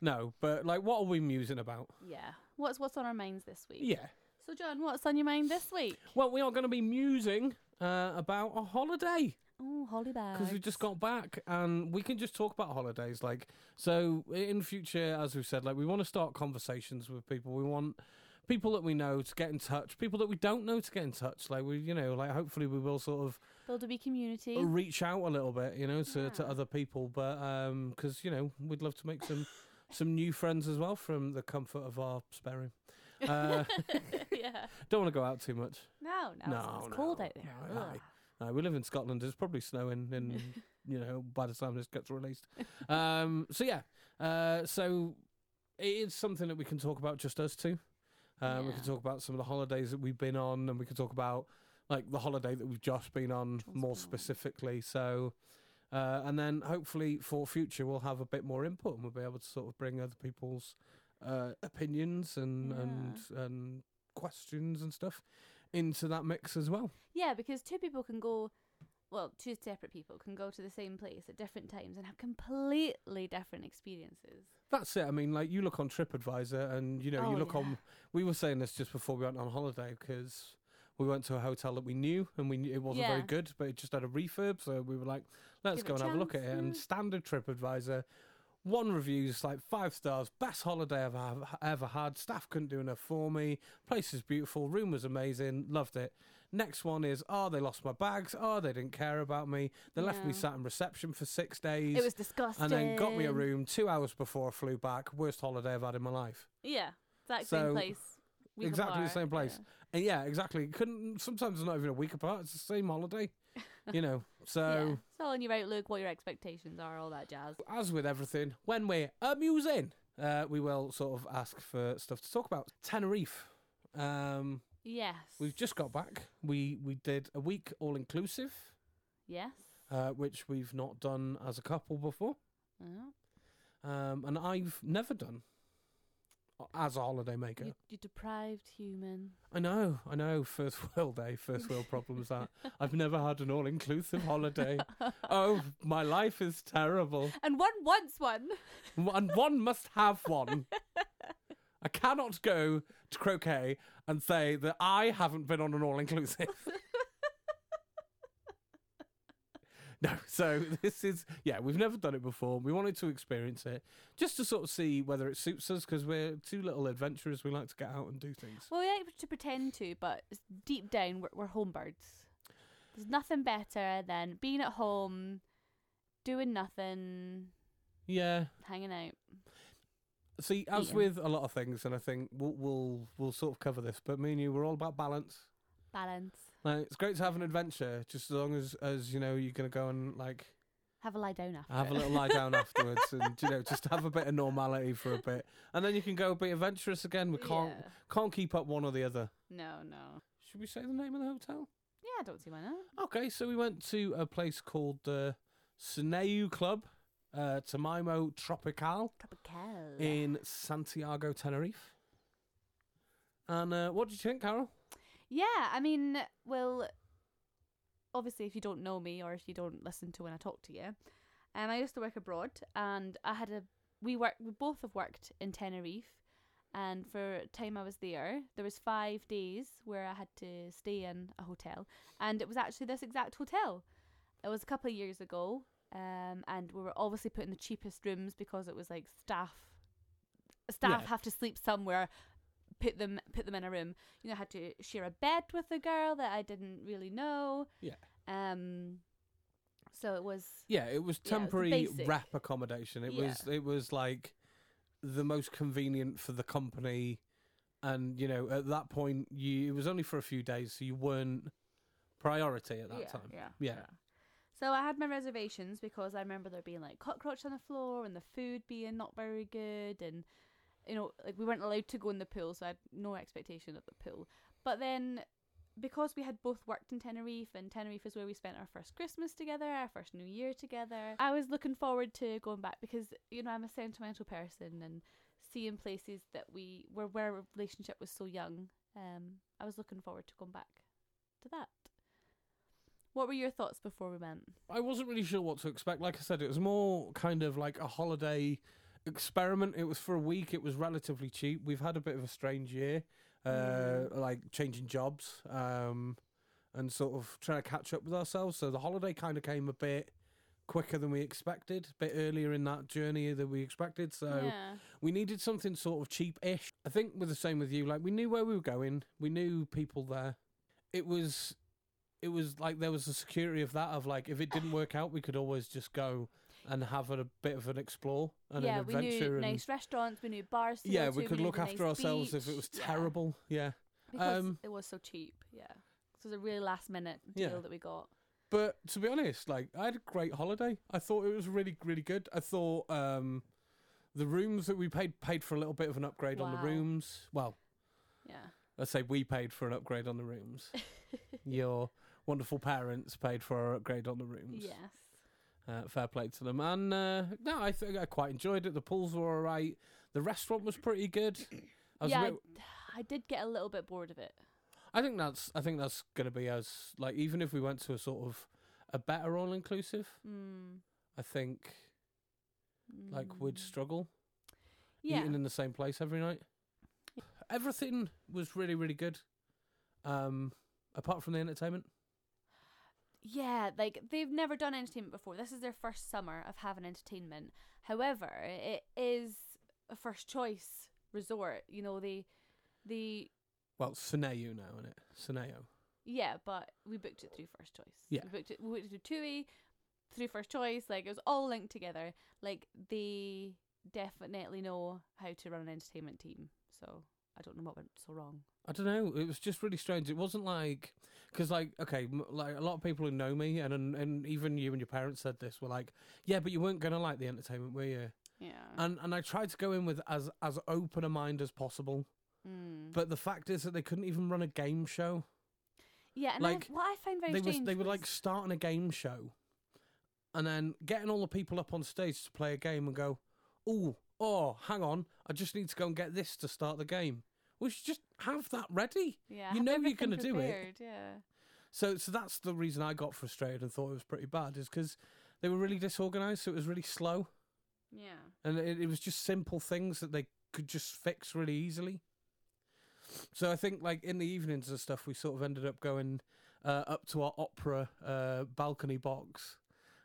[SPEAKER 1] No, but like, what are we musing about?
[SPEAKER 2] Yeah. What's what's on our minds this week?
[SPEAKER 1] Yeah.
[SPEAKER 2] So John, what's on your mind this week?
[SPEAKER 1] Well, we are going to be musing uh, about a holiday
[SPEAKER 2] Oh, holly bags.
[SPEAKER 1] because we just got back, and we can just talk about holidays. Like, so in future, as we've said, like we want to start conversations with people. We want people that we know to get in touch, people that we don't know to get in touch. Like we, you know, like hopefully we will sort of
[SPEAKER 2] build a wee community.
[SPEAKER 1] reach out a little bit, you know, to, to
[SPEAKER 2] Yeah.
[SPEAKER 1] other people. But um 'cause you know, we'd love to make some some new friends as well from the comfort of our spare room. Uh,
[SPEAKER 2] yeah.
[SPEAKER 1] don't want to go out too much.
[SPEAKER 2] No, no, it's-
[SPEAKER 1] No,
[SPEAKER 2] it's cold
[SPEAKER 1] no,
[SPEAKER 2] out there.
[SPEAKER 1] no,
[SPEAKER 2] Ugh.
[SPEAKER 1] No, we live in Scotland. It's probably snowing, and you know, by the time this gets released. Um, so yeah, uh, so it is something that we can talk about just us two. Um, We
[SPEAKER 2] Yeah.
[SPEAKER 1] can talk about some of the holidays that we've been on, and we can talk about like the holiday that we've just been on
[SPEAKER 2] John's
[SPEAKER 1] more
[SPEAKER 2] been on.
[SPEAKER 1] specifically. So. Uh, and then hopefully for future we'll have a bit more input and we'll be able to sort of bring other people's uh, opinions and, and and questions and stuff into that mix as well.
[SPEAKER 2] Yeah, because two people can go well, two separate people can go to the same place at different times and have completely different experiences.
[SPEAKER 1] That's it. I mean, like you look on TripAdvisor, and you know, you
[SPEAKER 2] Oh,
[SPEAKER 1] look
[SPEAKER 2] yeah.
[SPEAKER 1] on. We were saying this just before we went on holiday because we went to a hotel that we knew, and we knew it wasn't very
[SPEAKER 2] Yeah.
[SPEAKER 1] good, but it just had a refurb. So we were like, let's
[SPEAKER 2] Give
[SPEAKER 1] go
[SPEAKER 2] it
[SPEAKER 1] and
[SPEAKER 2] a
[SPEAKER 1] have a look at
[SPEAKER 2] chance,
[SPEAKER 1] it. And
[SPEAKER 2] yeah.
[SPEAKER 1] standard TripAdvisor, one review is like five stars, best holiday I've ha- ever had. Staff couldn't do enough for me. Place is beautiful. Room was amazing. Loved it. Next one is, oh, they lost my bags. Oh, they didn't care about me. They left me
[SPEAKER 2] Yeah.
[SPEAKER 1] sat in reception for six days.
[SPEAKER 2] It was disgusting.
[SPEAKER 1] And then got me a room two hours before I flew back. Worst holiday I've had in my life.
[SPEAKER 2] Yeah, that
[SPEAKER 1] So,
[SPEAKER 2] same place. week
[SPEAKER 1] exactly the
[SPEAKER 2] apart,
[SPEAKER 1] same place.
[SPEAKER 2] yeah.
[SPEAKER 1] And yeah, exactly. Couldn't sometimes not even a week apart. It's the same holiday, you know.
[SPEAKER 2] yeah.
[SPEAKER 1] So
[SPEAKER 2] It's all on your outlook, what your expectations are, all that jazz.
[SPEAKER 1] as with everything, when we're amusing, uh, we will sort of ask for stuff to talk about. Tenerife. Um,
[SPEAKER 2] Yes.
[SPEAKER 1] we've just got back. We we did a week all inclusive,
[SPEAKER 2] Yes.
[SPEAKER 1] uh, which we've not done as a couple before,
[SPEAKER 2] Oh.
[SPEAKER 1] um, and I've never done as a holidaymaker.
[SPEAKER 2] You, you deprived human.
[SPEAKER 1] I know, I know. First world day, first world problems. That I've never had an all-inclusive holiday. oh, my life is terrible,
[SPEAKER 2] And one wants one.
[SPEAKER 1] and one must have one. I cannot go to croquet and say that I haven't been on an all-inclusive. No, so this is yeah, we've never done it before. We wanted to experience it just to sort of see whether it suits us because we're two little adventurers. We like to get out and do things.
[SPEAKER 2] Well, we like to pretend to, but s- deep down, we're, we're home birds. There's nothing better than being at home, doing nothing,
[SPEAKER 1] Yeah,
[SPEAKER 2] hanging out.
[SPEAKER 1] See, as
[SPEAKER 2] Eaten.
[SPEAKER 1] with a lot of things, and I think we'll, we'll we'll sort of cover this, but me and you, we're all about balance.
[SPEAKER 2] Balance.
[SPEAKER 1] Like, it's great to have an adventure, just as long as as you know you're gonna go and like
[SPEAKER 2] Have a lie down after.
[SPEAKER 1] have a little lie down afterwards, and you know just have a bit of normality for a bit, and then you can go be adventurous again. We can't
[SPEAKER 2] Yeah.
[SPEAKER 1] can't keep up one or the other.
[SPEAKER 2] No, no.
[SPEAKER 1] Should we say the name of the hotel?
[SPEAKER 2] Yeah, I don't see why not.
[SPEAKER 1] Okay, so we went to a place called the Sineu Club, uh, Tamaimo Tropical.
[SPEAKER 2] Tropical.
[SPEAKER 1] in Santiago, Tenerife. And uh, what did you think, Carol?
[SPEAKER 2] Yeah, I mean, well, obviously, if you don't know me or if you don't listen to when I talk to you, um, I used to work abroad, and I had a we work we both have worked in Tenerife, and for a time I was there, there was five days where I had to stay in a hotel, and it was actually this exact hotel. It was a couple of years ago, um, and we were obviously put in the cheapest rooms because it was like staff. Staff
[SPEAKER 1] Yeah.
[SPEAKER 2] have to sleep somewhere. Put them put them in a room. You know, I had to share a bed with a girl that I didn't really know.
[SPEAKER 1] Yeah.
[SPEAKER 2] Um. So it was.
[SPEAKER 1] Yeah, it was
[SPEAKER 2] Yeah, it was
[SPEAKER 1] temporary
[SPEAKER 2] basic.
[SPEAKER 1] rep accommodation. It was it was like the most convenient for the company, and you know at that point you it was only for a few days, so you weren't priority at that
[SPEAKER 2] yeah,
[SPEAKER 1] time.
[SPEAKER 2] Yeah.
[SPEAKER 1] Yeah.
[SPEAKER 2] So I had my reservations because I remember there being like cockroach on the floor and the food being not very good and you know like we weren't allowed to go in the pool so I had no expectation of the pool. But then because we had both worked in Tenerife and Tenerife is where we spent our first Christmas together, our first New Year together. I was looking forward to going back because you know I'm a sentimental person and seeing places that we were where our relationship was so young. Um, I was looking forward to going back to that. What were your thoughts before we went?
[SPEAKER 1] I wasn't really sure what to expect. Like I said, it was more kind of like a holiday experiment. It was for a week. It was relatively cheap. We've had a bit of a strange year, uh,
[SPEAKER 2] Mm.
[SPEAKER 1] like changing jobs um, and sort of trying to catch up with ourselves. So the holiday kind of came a bit quicker than we expected, a bit earlier in that journey than we expected. So
[SPEAKER 2] yeah.
[SPEAKER 1] we needed something sort of cheap-ish. I think with the same with you, like we knew where we were going, we knew people there. It was, it was like there was the security of that of like if it didn't work out, we could always just go and have a, bit of an explore and
[SPEAKER 2] yeah,
[SPEAKER 1] an
[SPEAKER 2] we knew
[SPEAKER 1] adventure. and
[SPEAKER 2] nice restaurants, we knew bars. To
[SPEAKER 1] yeah,
[SPEAKER 2] go
[SPEAKER 1] we
[SPEAKER 2] to,
[SPEAKER 1] could
[SPEAKER 2] knew
[SPEAKER 1] look
[SPEAKER 2] the
[SPEAKER 1] after
[SPEAKER 2] nice
[SPEAKER 1] ourselves if
[SPEAKER 2] beach.
[SPEAKER 1] it was
[SPEAKER 2] Yeah,
[SPEAKER 1] terrible. Yeah,
[SPEAKER 2] because
[SPEAKER 1] Um,
[SPEAKER 2] it was so cheap. Yeah, so it was a real last minute
[SPEAKER 1] Yeah.
[SPEAKER 2] deal that we got.
[SPEAKER 1] but to be honest, like I had a great holiday. I thought it was really, really good. I thought um, the rooms that we paid paid for a little bit of an upgrade on the
[SPEAKER 2] Wow.
[SPEAKER 1] rooms. Well,
[SPEAKER 2] Yeah,
[SPEAKER 1] Let's say we paid for an upgrade on the rooms. Your wonderful parents paid for our upgrade on the rooms.
[SPEAKER 2] yes,
[SPEAKER 1] Uh, fair play to them. And uh, no, I think I quite enjoyed it. The pools were all right. The restaurant was pretty good. I, was a
[SPEAKER 2] yeah. I
[SPEAKER 1] bit-
[SPEAKER 2] I did get a little bit bored of it.
[SPEAKER 1] I think that's I think that's going to be as like even if we went to a sort of a better all inclusive,
[SPEAKER 2] Mm.
[SPEAKER 1] I think, like would
[SPEAKER 2] Mm.
[SPEAKER 1] struggle
[SPEAKER 2] yeah.
[SPEAKER 1] eating in the same place every night. Everything was really, really good, um, apart from the entertainment.
[SPEAKER 2] Yeah, like they've never done entertainment before. This is their first summer of having entertainment. However, it is a first choice resort. You know, they they
[SPEAKER 1] Well, Sineo now, isn't it? Sineo.
[SPEAKER 2] yeah, but we booked it through first choice.
[SPEAKER 1] Yeah.
[SPEAKER 2] We booked it we booked it through Tui, through first choice, like it was all linked together. Like they definitely know how to run an entertainment team. So I don't know what went so wrong.
[SPEAKER 1] I don't know. It was just really strange. It wasn't like because, like, okay, m- like a lot of people who know me and and even you and your parents said this were like, yeah, but you weren't gonna like the entertainment, were you?
[SPEAKER 2] Yeah.
[SPEAKER 1] And and I tried to go in with as as open a mind as possible.
[SPEAKER 2] mm.
[SPEAKER 1] But the fact is that they couldn't even run a game show.
[SPEAKER 2] Yeah, and
[SPEAKER 1] like,
[SPEAKER 2] I, what I find very
[SPEAKER 1] they was
[SPEAKER 2] strange
[SPEAKER 1] they were
[SPEAKER 2] was-
[SPEAKER 1] like starting a game show, and then getting all the people up on stage to play a game and go, oh, oh, hang on, I just need to go and get this to start the game. We should just have that ready.
[SPEAKER 2] yeah,
[SPEAKER 1] you
[SPEAKER 2] have
[SPEAKER 1] know you're
[SPEAKER 2] everything
[SPEAKER 1] gonna do it.
[SPEAKER 2] prepared, Yeah.
[SPEAKER 1] So so that's the reason I got frustrated and thought it was pretty bad is because they were really disorganized. So it was really slow,
[SPEAKER 2] Yeah.
[SPEAKER 1] and it, it was just simple things that they could just fix really easily. So I think like in the evenings and stuff, we sort of ended up going uh, up to our opera uh, balcony box.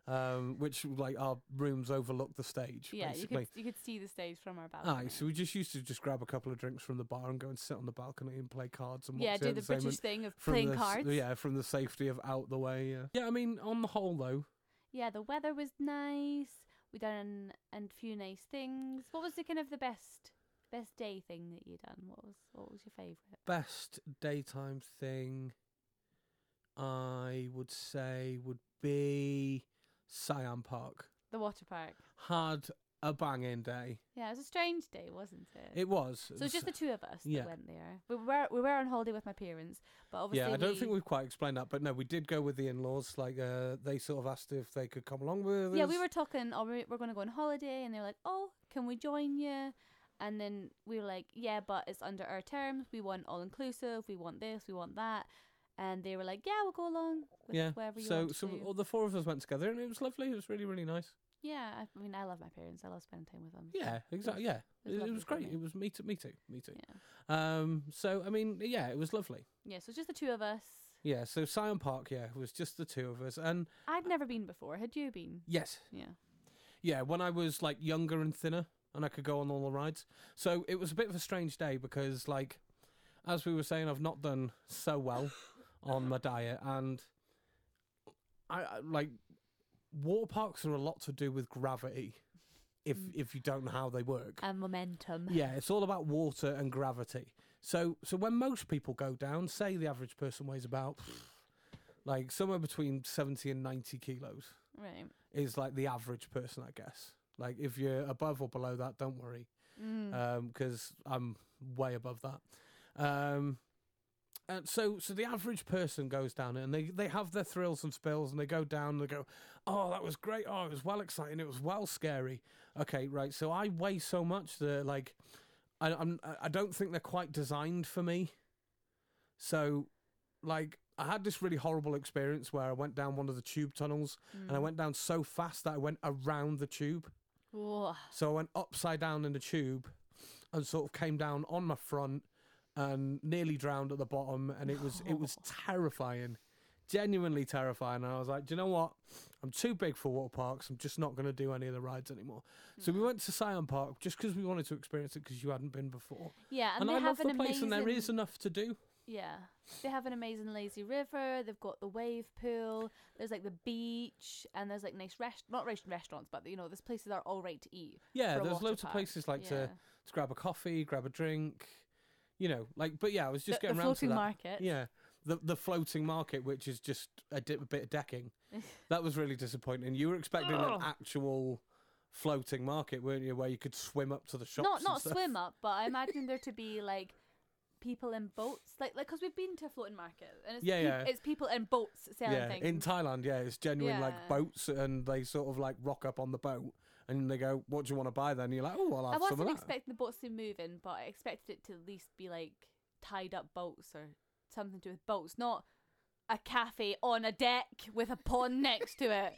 [SPEAKER 1] Um, which like our rooms overlook the stage,
[SPEAKER 2] Yeah,
[SPEAKER 1] basically. Ah,
[SPEAKER 2] you could you could see the stage from our balcony.
[SPEAKER 1] Aye, so we just used to just grab a couple of drinks from the bar and go and sit on the balcony and play cards and watch
[SPEAKER 2] yeah,
[SPEAKER 1] the
[SPEAKER 2] do the
[SPEAKER 1] entertainment
[SPEAKER 2] British thing of
[SPEAKER 1] from
[SPEAKER 2] playing
[SPEAKER 1] the s-
[SPEAKER 2] cards.
[SPEAKER 1] Yeah, from the safety of out the way. Yeah. yeah, I mean, on the whole, though,
[SPEAKER 2] Yeah, the weather was nice. We done and few nice things. What was the kind of the best best day thing that you done? What was what was your favourite?
[SPEAKER 1] best daytime thing I would say would be Siam Park.
[SPEAKER 2] The water park.
[SPEAKER 1] Had a banging day.
[SPEAKER 2] Yeah, it was a strange day, wasn't it?
[SPEAKER 1] It was.
[SPEAKER 2] so it was just the two of us
[SPEAKER 1] yeah.
[SPEAKER 2] that went there. We were we were on holiday with my parents, but obviously
[SPEAKER 1] yeah, I don't
[SPEAKER 2] we,
[SPEAKER 1] think we've quite explained that, but no, we did go with the in-laws. Like, uh, they sort of asked if they could come along with
[SPEAKER 2] yeah
[SPEAKER 1] us.
[SPEAKER 2] we were talking. Oh, we- we're going to go on holiday, and they were like, "Oh, can we join you?" And then we were like, "Yeah, but it's under our terms. We want all inclusive. We want this. We want that." And they were like, "Yeah, we'll go along with
[SPEAKER 1] yeah.
[SPEAKER 2] wherever you
[SPEAKER 1] so,
[SPEAKER 2] want to."
[SPEAKER 1] so
[SPEAKER 2] do."
[SPEAKER 1] all the four of us went together, and it was lovely. It was really, really nice.
[SPEAKER 2] Yeah, I mean, I love my parents. I love spending time with them.
[SPEAKER 1] Yeah, exactly. Yeah, it
[SPEAKER 2] it
[SPEAKER 1] it
[SPEAKER 2] was
[SPEAKER 1] was,
[SPEAKER 2] lovely for
[SPEAKER 1] great.
[SPEAKER 2] me.
[SPEAKER 1] It was me too. Me too. Me too.
[SPEAKER 2] Yeah.
[SPEAKER 1] Um, so I mean, yeah, it was lovely.
[SPEAKER 2] Yeah, so it's just the two of us.
[SPEAKER 1] Yeah, so Sion Park, yeah, was just the two of us, and
[SPEAKER 2] I'd never been before. Had you been?
[SPEAKER 1] yes,
[SPEAKER 2] Yeah.
[SPEAKER 1] yeah, when I was like younger and thinner, and I could go on all the rides, so it was a bit of a strange day because, like, as we were saying, I've not done so well on my diet, and I, I like water parks are a lot to do with gravity, if
[SPEAKER 2] Mm.
[SPEAKER 1] if you don't know how they work.
[SPEAKER 2] And momentum.
[SPEAKER 1] Yeah, it's all about water and gravity. So, so when most people go down, say the average person weighs about like somewhere between seventy and ninety kilos
[SPEAKER 2] Right.
[SPEAKER 1] is like the average person, I guess. Like if you're above or below that, don't worry,
[SPEAKER 2] Mm.
[SPEAKER 1] Uh, because um, I'm way above that. Um, and so, so the average person goes down it, and they they have their thrills and spills, and they go down. and They go, oh, that was great. Oh, it was well exciting. It was well scary. Okay, right. So I weigh so much that like, I, I'm I- I don't think they're quite designed for me. So, like, I had this really horrible experience where I went down one of the tube tunnels,
[SPEAKER 2] mm.
[SPEAKER 1] and I went down so fast that I went around the tube.
[SPEAKER 2] Whoa.
[SPEAKER 1] So I went upside down in the tube and sort of came down on my front and nearly drowned at the bottom and it was it was terrifying. Genuinely terrifying. And I was like, Do you know what? I'm too big for water parks. I'm just not going to do any of the rides anymore. So
[SPEAKER 2] Mm.
[SPEAKER 1] we went to Sion Park just because we wanted to experience it because you hadn't been before.
[SPEAKER 2] Yeah, and,
[SPEAKER 1] And,
[SPEAKER 2] they
[SPEAKER 1] I love
[SPEAKER 2] have an
[SPEAKER 1] the place
[SPEAKER 2] amazing.
[SPEAKER 1] and there is enough to do.
[SPEAKER 2] yeah, they have an amazing lazy river. They've got the wave pool. There's like the beach, and there's like nice rest not rest- restaurants, but you know, there's places that are all right to eat.
[SPEAKER 1] Yeah,
[SPEAKER 2] for a
[SPEAKER 1] there's
[SPEAKER 2] water
[SPEAKER 1] loads
[SPEAKER 2] park.
[SPEAKER 1] of places like
[SPEAKER 2] Yeah.
[SPEAKER 1] to, to grab a coffee, grab a drink, you know, like, but yeah, I was just
[SPEAKER 2] the,
[SPEAKER 1] getting
[SPEAKER 2] the
[SPEAKER 1] around to
[SPEAKER 2] floating
[SPEAKER 1] that.
[SPEAKER 2] market.
[SPEAKER 1] Yeah, the the floating market, which is just a, di- a bit of decking. that was really disappointing. You were expecting
[SPEAKER 2] Ugh.
[SPEAKER 1] an actual floating market, weren't you, where you could swim up to the shops?
[SPEAKER 2] not
[SPEAKER 1] and
[SPEAKER 2] not
[SPEAKER 1] stuff.
[SPEAKER 2] swim up, but I imagine there to be like people in boats, like like because we've been to a floating market and it's
[SPEAKER 1] Yeah,
[SPEAKER 2] peop-
[SPEAKER 1] yeah.
[SPEAKER 2] it's people in boats selling
[SPEAKER 1] Yeah,
[SPEAKER 2] things.
[SPEAKER 1] in Thailand, yeah, it's genuine
[SPEAKER 2] Yeah.
[SPEAKER 1] like boats, and they sort of like rock up on the boat, and they go, "What do you want to buy?" Then And you're like, "Oh, well, I'll
[SPEAKER 2] I
[SPEAKER 1] have some of
[SPEAKER 2] wasn't
[SPEAKER 1] that."
[SPEAKER 2] expecting the boats to be moving, but I expected it to at least be like tied up boats or something to do with boats, not. a cafe on a deck with a pond next to it.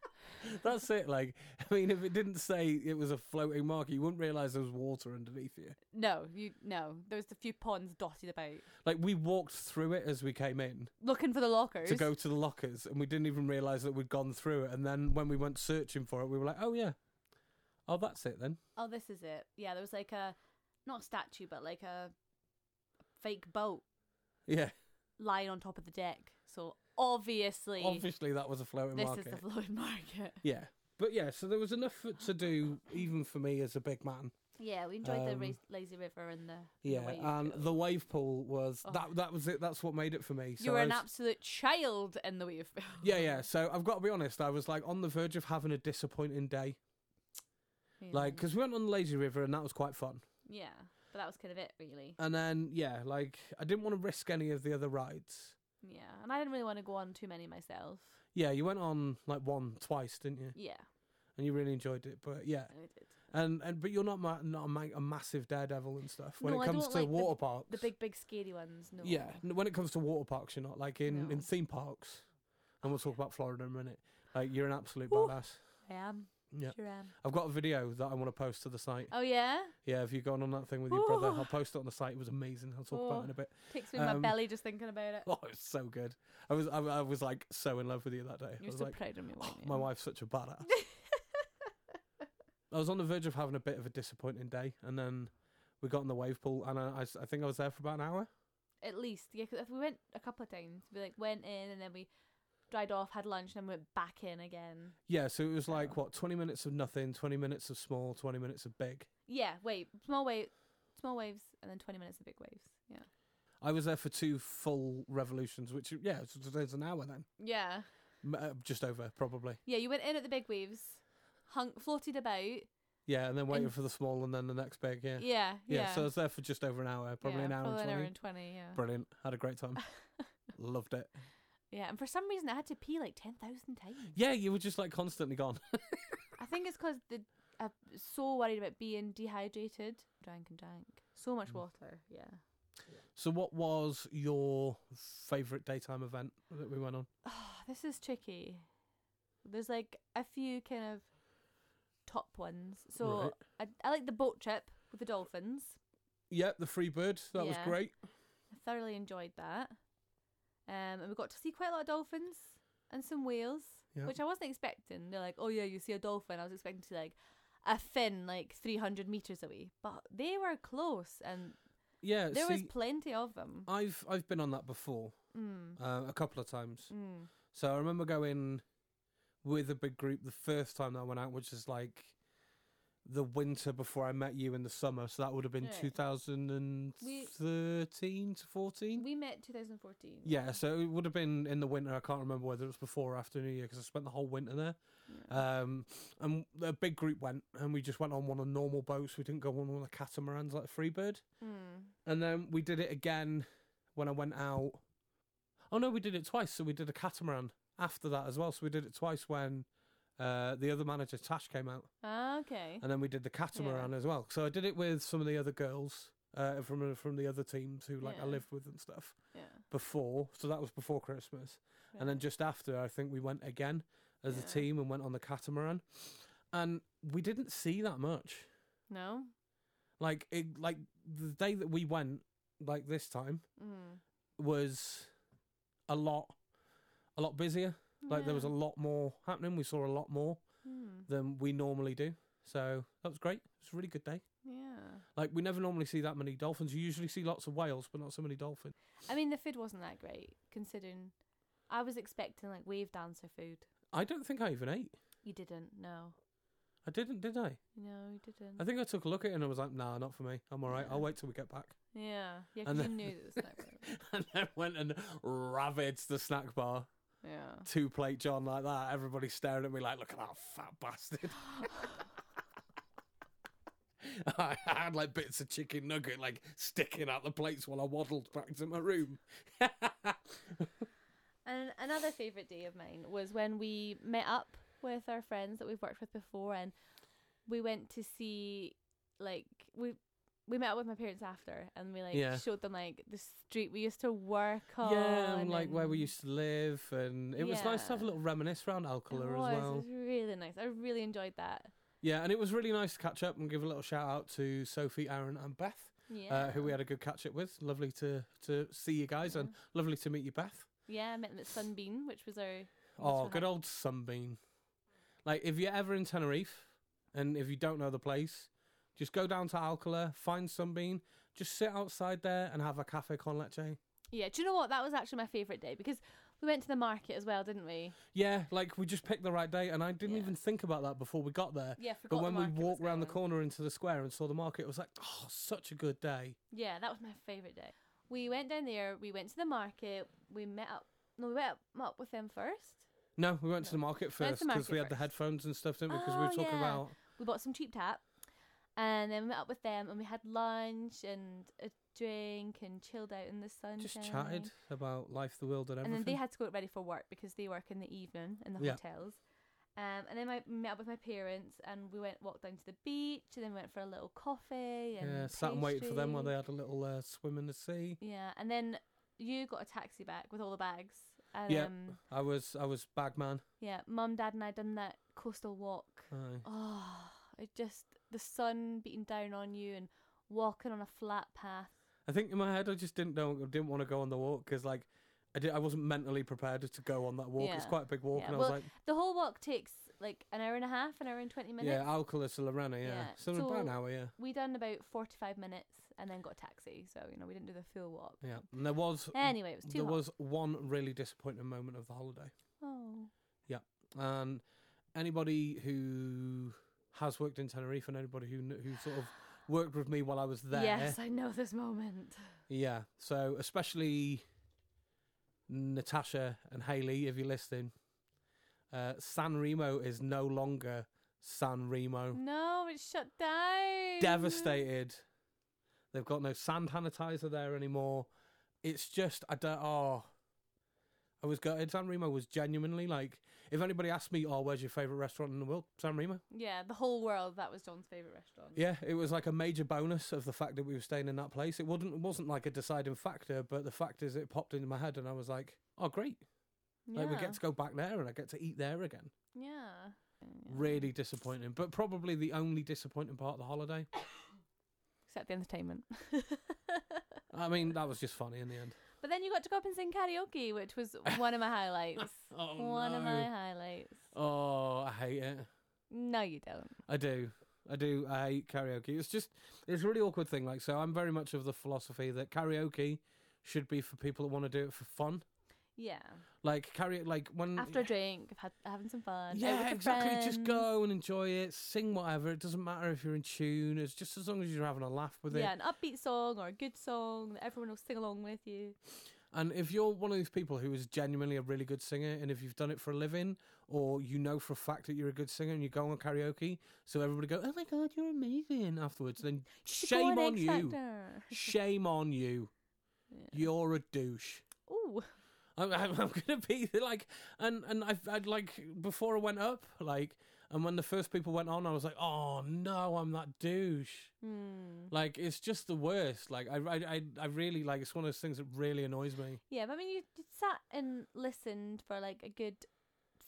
[SPEAKER 1] That's it. Like, I mean, if it didn't say it was a floating market, you wouldn't realize there was water underneath you.
[SPEAKER 2] No, you no. There's a few ponds dotted about,
[SPEAKER 1] Like, we walked through it as we came in
[SPEAKER 2] looking for the lockers.
[SPEAKER 1] to go to the lockers, and we didn't even realize that we'd gone through it. And then when we went searching for it, we were like, oh, yeah. Oh, that's it then.
[SPEAKER 2] Oh, this is it. Yeah, there was like a not a statue, but like a fake boat
[SPEAKER 1] Yeah.
[SPEAKER 2] lying on top of the deck. So obviously,
[SPEAKER 1] Obviously, that was a floating
[SPEAKER 2] this
[SPEAKER 1] market.
[SPEAKER 2] is the floating market.
[SPEAKER 1] yeah. But yeah, so there was enough for- to do, even for me as a big man.
[SPEAKER 2] Yeah, we enjoyed the
[SPEAKER 1] Um,
[SPEAKER 2] raz- lazy river and the and the
[SPEAKER 1] Yeah,
[SPEAKER 2] wave
[SPEAKER 1] and
[SPEAKER 2] pool.
[SPEAKER 1] the wave pool was
[SPEAKER 2] Oh.
[SPEAKER 1] that. That was it. That's what made it for me. So
[SPEAKER 2] you were
[SPEAKER 1] I
[SPEAKER 2] an
[SPEAKER 1] was-
[SPEAKER 2] absolute child in the wave pool.
[SPEAKER 1] Yeah, yeah. So I've got to be honest. I was like on the verge of having a disappointing day,
[SPEAKER 2] Yeah.
[SPEAKER 1] Like 'cause we went on the lazy river and that was quite fun.
[SPEAKER 2] yeah, but that was kind of it, really.
[SPEAKER 1] And then yeah, like I didn't want to risk any of the other rides.
[SPEAKER 2] Yeah, and I didn't really want to go on too many myself.
[SPEAKER 1] Yeah, you went on like one twice, didn't you?
[SPEAKER 2] Yeah,
[SPEAKER 1] And you really enjoyed it. But yeah,
[SPEAKER 2] I did.
[SPEAKER 1] and and but you're not ma- not a, ma- a massive daredevil and stuff when
[SPEAKER 2] No,
[SPEAKER 1] it
[SPEAKER 2] I
[SPEAKER 1] comes
[SPEAKER 2] don't
[SPEAKER 1] to
[SPEAKER 2] like the-
[SPEAKER 1] water parks.
[SPEAKER 2] The big, big scary ones. No.
[SPEAKER 1] Yeah, n- when it comes to water parks, you're not like in
[SPEAKER 2] No.
[SPEAKER 1] in theme parks. And we'll talk about Florida in a minute. Like you're an absolute
[SPEAKER 2] Ooh.
[SPEAKER 1] badass.
[SPEAKER 2] I am.
[SPEAKER 1] Yeah,
[SPEAKER 2] Sure am.
[SPEAKER 1] I've got a video that I want to post to the site.
[SPEAKER 2] Oh yeah,
[SPEAKER 1] Yeah, if you've gone on that thing with your brother, I'll
[SPEAKER 2] Oh.
[SPEAKER 1] post it on the site. It was amazing. I'll talk about it in a bit.
[SPEAKER 2] takes me in my
[SPEAKER 1] Um,
[SPEAKER 2] belly just thinking about it.
[SPEAKER 1] Oh, it was so good. I was I, I was like so in love with you that day. I
[SPEAKER 2] You're
[SPEAKER 1] was
[SPEAKER 2] so
[SPEAKER 1] like,
[SPEAKER 2] proud of me.
[SPEAKER 1] oh,
[SPEAKER 2] weren't you?
[SPEAKER 1] my wife's such a badass. I was on the verge of having a bit of a disappointing day, and then we got in the wave pool, and I, I s- I think I was there for about an hour.
[SPEAKER 2] At least, yeah, 'cause if we went a couple of times. We like went in and then we dried off, had lunch, and then went back in again.
[SPEAKER 1] Yeah, so it was
[SPEAKER 2] Oh.
[SPEAKER 1] like what twenty minutes of nothing, twenty minutes of small, twenty minutes of big.
[SPEAKER 2] Yeah, wait, small wave, small waves, and then twenty minutes of big waves. Yeah,
[SPEAKER 1] I was there for two full revolutions, which yeah, it's- there's an hour then,
[SPEAKER 2] yeah,
[SPEAKER 1] M- uh, just over probably.
[SPEAKER 2] yeah. You went in at the big waves, hung, floated about.
[SPEAKER 1] Yeah, and then waiting
[SPEAKER 2] And-
[SPEAKER 1] for the small, and then the next big. Yeah.
[SPEAKER 2] Yeah, yeah.
[SPEAKER 1] Yeah, so I was there for just over an hour, probably
[SPEAKER 2] Yeah,
[SPEAKER 1] an hour
[SPEAKER 2] probably
[SPEAKER 1] and 20.
[SPEAKER 2] and 20, yeah.
[SPEAKER 1] Brilliant. Had a great time. Loved it.
[SPEAKER 2] Yeah, and for some reason I had to pee like 10,000 times.
[SPEAKER 1] Yeah, you were just like constantly gone.
[SPEAKER 2] I think it's because I'm so worried about being dehydrated. Drank and drank. So much
[SPEAKER 1] Mm.
[SPEAKER 2] water, yeah.
[SPEAKER 1] So, what was your favourite daytime event that we went on?
[SPEAKER 2] Oh, this is tricky. There's like a few kind of top ones. So I, I like the boat trip with the dolphins.
[SPEAKER 1] Yeah, the free bird. That was
[SPEAKER 2] Yeah.
[SPEAKER 1] great.
[SPEAKER 2] I thoroughly enjoyed that. Um, and we got to see quite a lot of dolphins and some whales,
[SPEAKER 1] Yeah.
[SPEAKER 2] which I wasn't expecting. They're like, oh yeah, you see a dolphin. I was expecting to like a fin like 300 meters away, but they were close and
[SPEAKER 1] Yeah,
[SPEAKER 2] there was
[SPEAKER 1] Uh, see, Uh,
[SPEAKER 2] plenty of them.
[SPEAKER 1] I've I've been on that before
[SPEAKER 2] Mm.
[SPEAKER 1] uh, a couple of times.
[SPEAKER 2] Mm.
[SPEAKER 1] So I remember going with a big group the first time that I went out, which is like the winter before I met you in the summer. So that would have been
[SPEAKER 2] Right.
[SPEAKER 1] 2013 to 14.
[SPEAKER 2] We met 2014.
[SPEAKER 1] Yeah, so it would have been in the winter. I can't remember whether it was before or after New Year because I spent the whole winter there.
[SPEAKER 2] Yeah.
[SPEAKER 1] Um, and a big group went, and we just went on one of normal boats. We didn't go on one of the catamarans like Freebird.
[SPEAKER 2] Mm.
[SPEAKER 1] And then we did it again when I went out. Oh no, we did it twice. So we did a catamaran after that as well. So we did it twice when uh, the other manager Tash came out,
[SPEAKER 2] Ah, Okay.
[SPEAKER 1] and then we did the catamaran as well. So I did it with some of the other girls uh, from from the other teams who like I
[SPEAKER 2] Yeah.
[SPEAKER 1] lived with and stuff
[SPEAKER 2] Yeah.
[SPEAKER 1] before. So that was before Christmas. And then
[SPEAKER 2] right.
[SPEAKER 1] just after, I think we went again as
[SPEAKER 2] Yeah.
[SPEAKER 1] a team and went on the catamaran, and we didn't see that much.
[SPEAKER 2] no.
[SPEAKER 1] Like it, like the day that we went, like this time
[SPEAKER 2] Mm.
[SPEAKER 1] was a lot, a lot busier. Like there was a
[SPEAKER 2] Yeah.
[SPEAKER 1] lot more happening. We saw a lot more
[SPEAKER 2] Mm.
[SPEAKER 1] than we normally do. So that was great. It was a really good day.
[SPEAKER 2] Yeah.
[SPEAKER 1] Like we never normally see that many dolphins. You usually see lots of whales, but not so many dolphins.
[SPEAKER 2] I mean, the food wasn't that great considering. I was expecting like wave dancer food.
[SPEAKER 1] I don't think I even ate.
[SPEAKER 2] You didn't. No.
[SPEAKER 1] I didn't, did I?
[SPEAKER 2] No, you didn't.
[SPEAKER 1] I think I took a look at it and I was like, nah, not for me. I'm all right.
[SPEAKER 2] Yeah.
[SPEAKER 1] I'll wait till we get back.
[SPEAKER 2] yeah. Yeah, 'cause
[SPEAKER 1] And
[SPEAKER 2] you
[SPEAKER 1] then-
[SPEAKER 2] knew that it was not right.
[SPEAKER 1] and then went and ravaged the snack bar,
[SPEAKER 2] Yeah.
[SPEAKER 1] two plate John like that. Everybody staring at me like, look at that fat bastard. I had like bits of chicken nugget like sticking out the plates while I waddled back to my room.
[SPEAKER 2] And another favourite day of mine was when we met up with our friends that we've worked with before and we went to see like we we met up with my parents after, and we like
[SPEAKER 1] Yeah.
[SPEAKER 2] showed them like the street we used to work on.
[SPEAKER 1] yeah, and like where we
[SPEAKER 2] and-
[SPEAKER 1] used to live, and it was nice to have a
[SPEAKER 2] Yeah.
[SPEAKER 1] little reminisce around Alcala
[SPEAKER 2] it
[SPEAKER 1] as
[SPEAKER 2] was, It
[SPEAKER 1] well.
[SPEAKER 2] was really nice. I really enjoyed that.
[SPEAKER 1] Yeah, and it was really nice to catch up and give a little shout out to Sophie, Aaron, and Beth,
[SPEAKER 2] Yeah.
[SPEAKER 1] uh, who we had a good catch up with. Lovely to to see you guys, and lovely to meet you, Beth.
[SPEAKER 2] Yeah, I met them at Sunbeam, which was our
[SPEAKER 1] Oh,
[SPEAKER 2] what
[SPEAKER 1] good
[SPEAKER 2] I-
[SPEAKER 1] old Sunbeam. Like, if you're ever in Tenerife and if you don't know the place, just go down to Alcala, find Sunbeam, just sit outside there and have a cafe con leche.
[SPEAKER 2] Yeah, do you know what? That was actually my favourite day because we went to the market as well, didn't we?
[SPEAKER 1] Yeah, like we just picked the right day, and I didn't
[SPEAKER 2] Yeah.
[SPEAKER 1] even think about that before we got there.
[SPEAKER 2] Yeah,
[SPEAKER 1] But
[SPEAKER 2] forgot.
[SPEAKER 1] when
[SPEAKER 2] the
[SPEAKER 1] we
[SPEAKER 2] market was
[SPEAKER 1] walked round the
[SPEAKER 2] going.
[SPEAKER 1] corner into the square and saw the market, it was like, oh, such a good day.
[SPEAKER 2] Yeah, that was my favourite day. We went down there. We went to the market. We met up. No, we met up- met up with them first.
[SPEAKER 1] No, we went to
[SPEAKER 2] No.
[SPEAKER 1] the market
[SPEAKER 2] Went to
[SPEAKER 1] first
[SPEAKER 2] the
[SPEAKER 1] because we
[SPEAKER 2] market
[SPEAKER 1] had the
[SPEAKER 2] first.
[SPEAKER 1] headphones and stuff, didn't we? Because we were
[SPEAKER 2] Oh,
[SPEAKER 1] talking
[SPEAKER 2] yeah.
[SPEAKER 1] about.
[SPEAKER 2] We bought some cheap tap, and then we met up with them, and we had lunch and a drink and chilled out in the sunshine.
[SPEAKER 1] Just chatted about life, the world, and
[SPEAKER 2] And
[SPEAKER 1] everything.
[SPEAKER 2] then they had to go ready for work because they work in the evening in the
[SPEAKER 1] Yeah.
[SPEAKER 2] hotels. Um, and then I met up with my parents and we went walked down to the beach and then went for a little coffee and
[SPEAKER 1] yeah, sat and waited for them while they
[SPEAKER 2] um, pastry.
[SPEAKER 1] had a little uh, swim in the sea.
[SPEAKER 2] Yeah, and then you got a taxi back with all the bags. And,
[SPEAKER 1] Yeah.
[SPEAKER 2] Um,
[SPEAKER 1] I was I was bagman.
[SPEAKER 2] yeah, mum, dad, and I done that coastal walk.
[SPEAKER 1] Aye.
[SPEAKER 2] Oh, it just the sun beating down on you and walking on a flat path.
[SPEAKER 1] I think in my head I just didn't know didn't want to go on the walk because like I did, I wasn't mentally prepared to go on that walk. It's
[SPEAKER 2] Yeah.
[SPEAKER 1] quite a big walk,
[SPEAKER 2] Yeah,
[SPEAKER 1] and I
[SPEAKER 2] well,
[SPEAKER 1] was like,
[SPEAKER 2] The whole walk takes like an hour and a half, an hour and twenty minutes.
[SPEAKER 1] yeah, Alcala to Lorena, yeah,
[SPEAKER 2] Yeah,
[SPEAKER 1] so about an
[SPEAKER 2] so-
[SPEAKER 1] hour, yeah,
[SPEAKER 2] We done about forty five minutes and then got a taxi, so you know we didn't do the full walk.
[SPEAKER 1] yeah. And there was
[SPEAKER 2] Anyway, it was too
[SPEAKER 1] there
[SPEAKER 2] hot.
[SPEAKER 1] was one really disappointing moment of the holiday,
[SPEAKER 2] oh.
[SPEAKER 1] and anybody who has worked in Tenerife and anybody who kn- who sort of worked with me while I was there,
[SPEAKER 2] Yes, I know this moment.
[SPEAKER 1] yeah. So especially Natasha and Haley, if you're listening, uh, San Remo is no longer San Remo.
[SPEAKER 2] No, it's shut down.
[SPEAKER 1] Devastated. They've got no sand sanitizer there anymore. It's just I don't. Oh, I was gutted. San Remo was genuinely like, if anybody asked me, oh, where's your favorite restaurant in the world? San Remo.
[SPEAKER 2] Yeah, the whole world. That was John's favorite restaurant.
[SPEAKER 1] Yeah, it was like a major bonus of the fact that we were staying in that place. It wouldn't it wasn't like a deciding factor, but the fact is it popped into my head and I was like, Oh great. Like we
[SPEAKER 2] Yeah.
[SPEAKER 1] get to go back there and I get to eat there again.
[SPEAKER 2] Yeah.
[SPEAKER 1] Really disappointing. But probably the only disappointing part of the holiday.
[SPEAKER 2] Except the entertainment.
[SPEAKER 1] I mean, that was just funny in the end.
[SPEAKER 2] But then you got to go up and sing karaoke, which was one of my highlights.
[SPEAKER 1] Oh
[SPEAKER 2] One of my highlights.
[SPEAKER 1] Oh, I hate it.
[SPEAKER 2] No, you don't.
[SPEAKER 1] I do. I do. I hate karaoke. It's just it's a really awkward thing, like so I'm very much of the philosophy that karaoke should be for people that want to do it for fun.
[SPEAKER 2] Yeah.
[SPEAKER 1] Like karaoke like when
[SPEAKER 2] After a drink, I've had, having some fun. out with
[SPEAKER 1] Mm, Yeah,
[SPEAKER 2] your
[SPEAKER 1] exactly. Just
[SPEAKER 2] friends.
[SPEAKER 1] go and enjoy it, sing whatever. It doesn't matter if you're in tune. It's just as long as you're having a laugh with
[SPEAKER 2] Yeah,
[SPEAKER 1] it.
[SPEAKER 2] an upbeat song or a good song that everyone will sing along with you.
[SPEAKER 1] And if you're one of these people who is genuinely a really good singer, and if you've done it for a living, or you know for a fact that you're a good singer, and you go on karaoke, so everybody go, "Oh my god, you're amazing!" Afterwards, then
[SPEAKER 2] should go
[SPEAKER 1] shame on
[SPEAKER 2] X
[SPEAKER 1] you.
[SPEAKER 2] Factor.
[SPEAKER 1] Shame on you.
[SPEAKER 2] Yeah.
[SPEAKER 1] You're a douche.
[SPEAKER 2] Ooh.
[SPEAKER 1] I'm, I'm, I'm gonna be like, and and I I'd like before I went up, like, and when the first people went on, I was like, "Oh no, I'm that douche."
[SPEAKER 2] Hmm.
[SPEAKER 1] Like it's just the worst. Like I, I, I, I really like. It's one of those things that really annoys me.
[SPEAKER 2] Yeah, but I mean, you, you sat and listened for like a good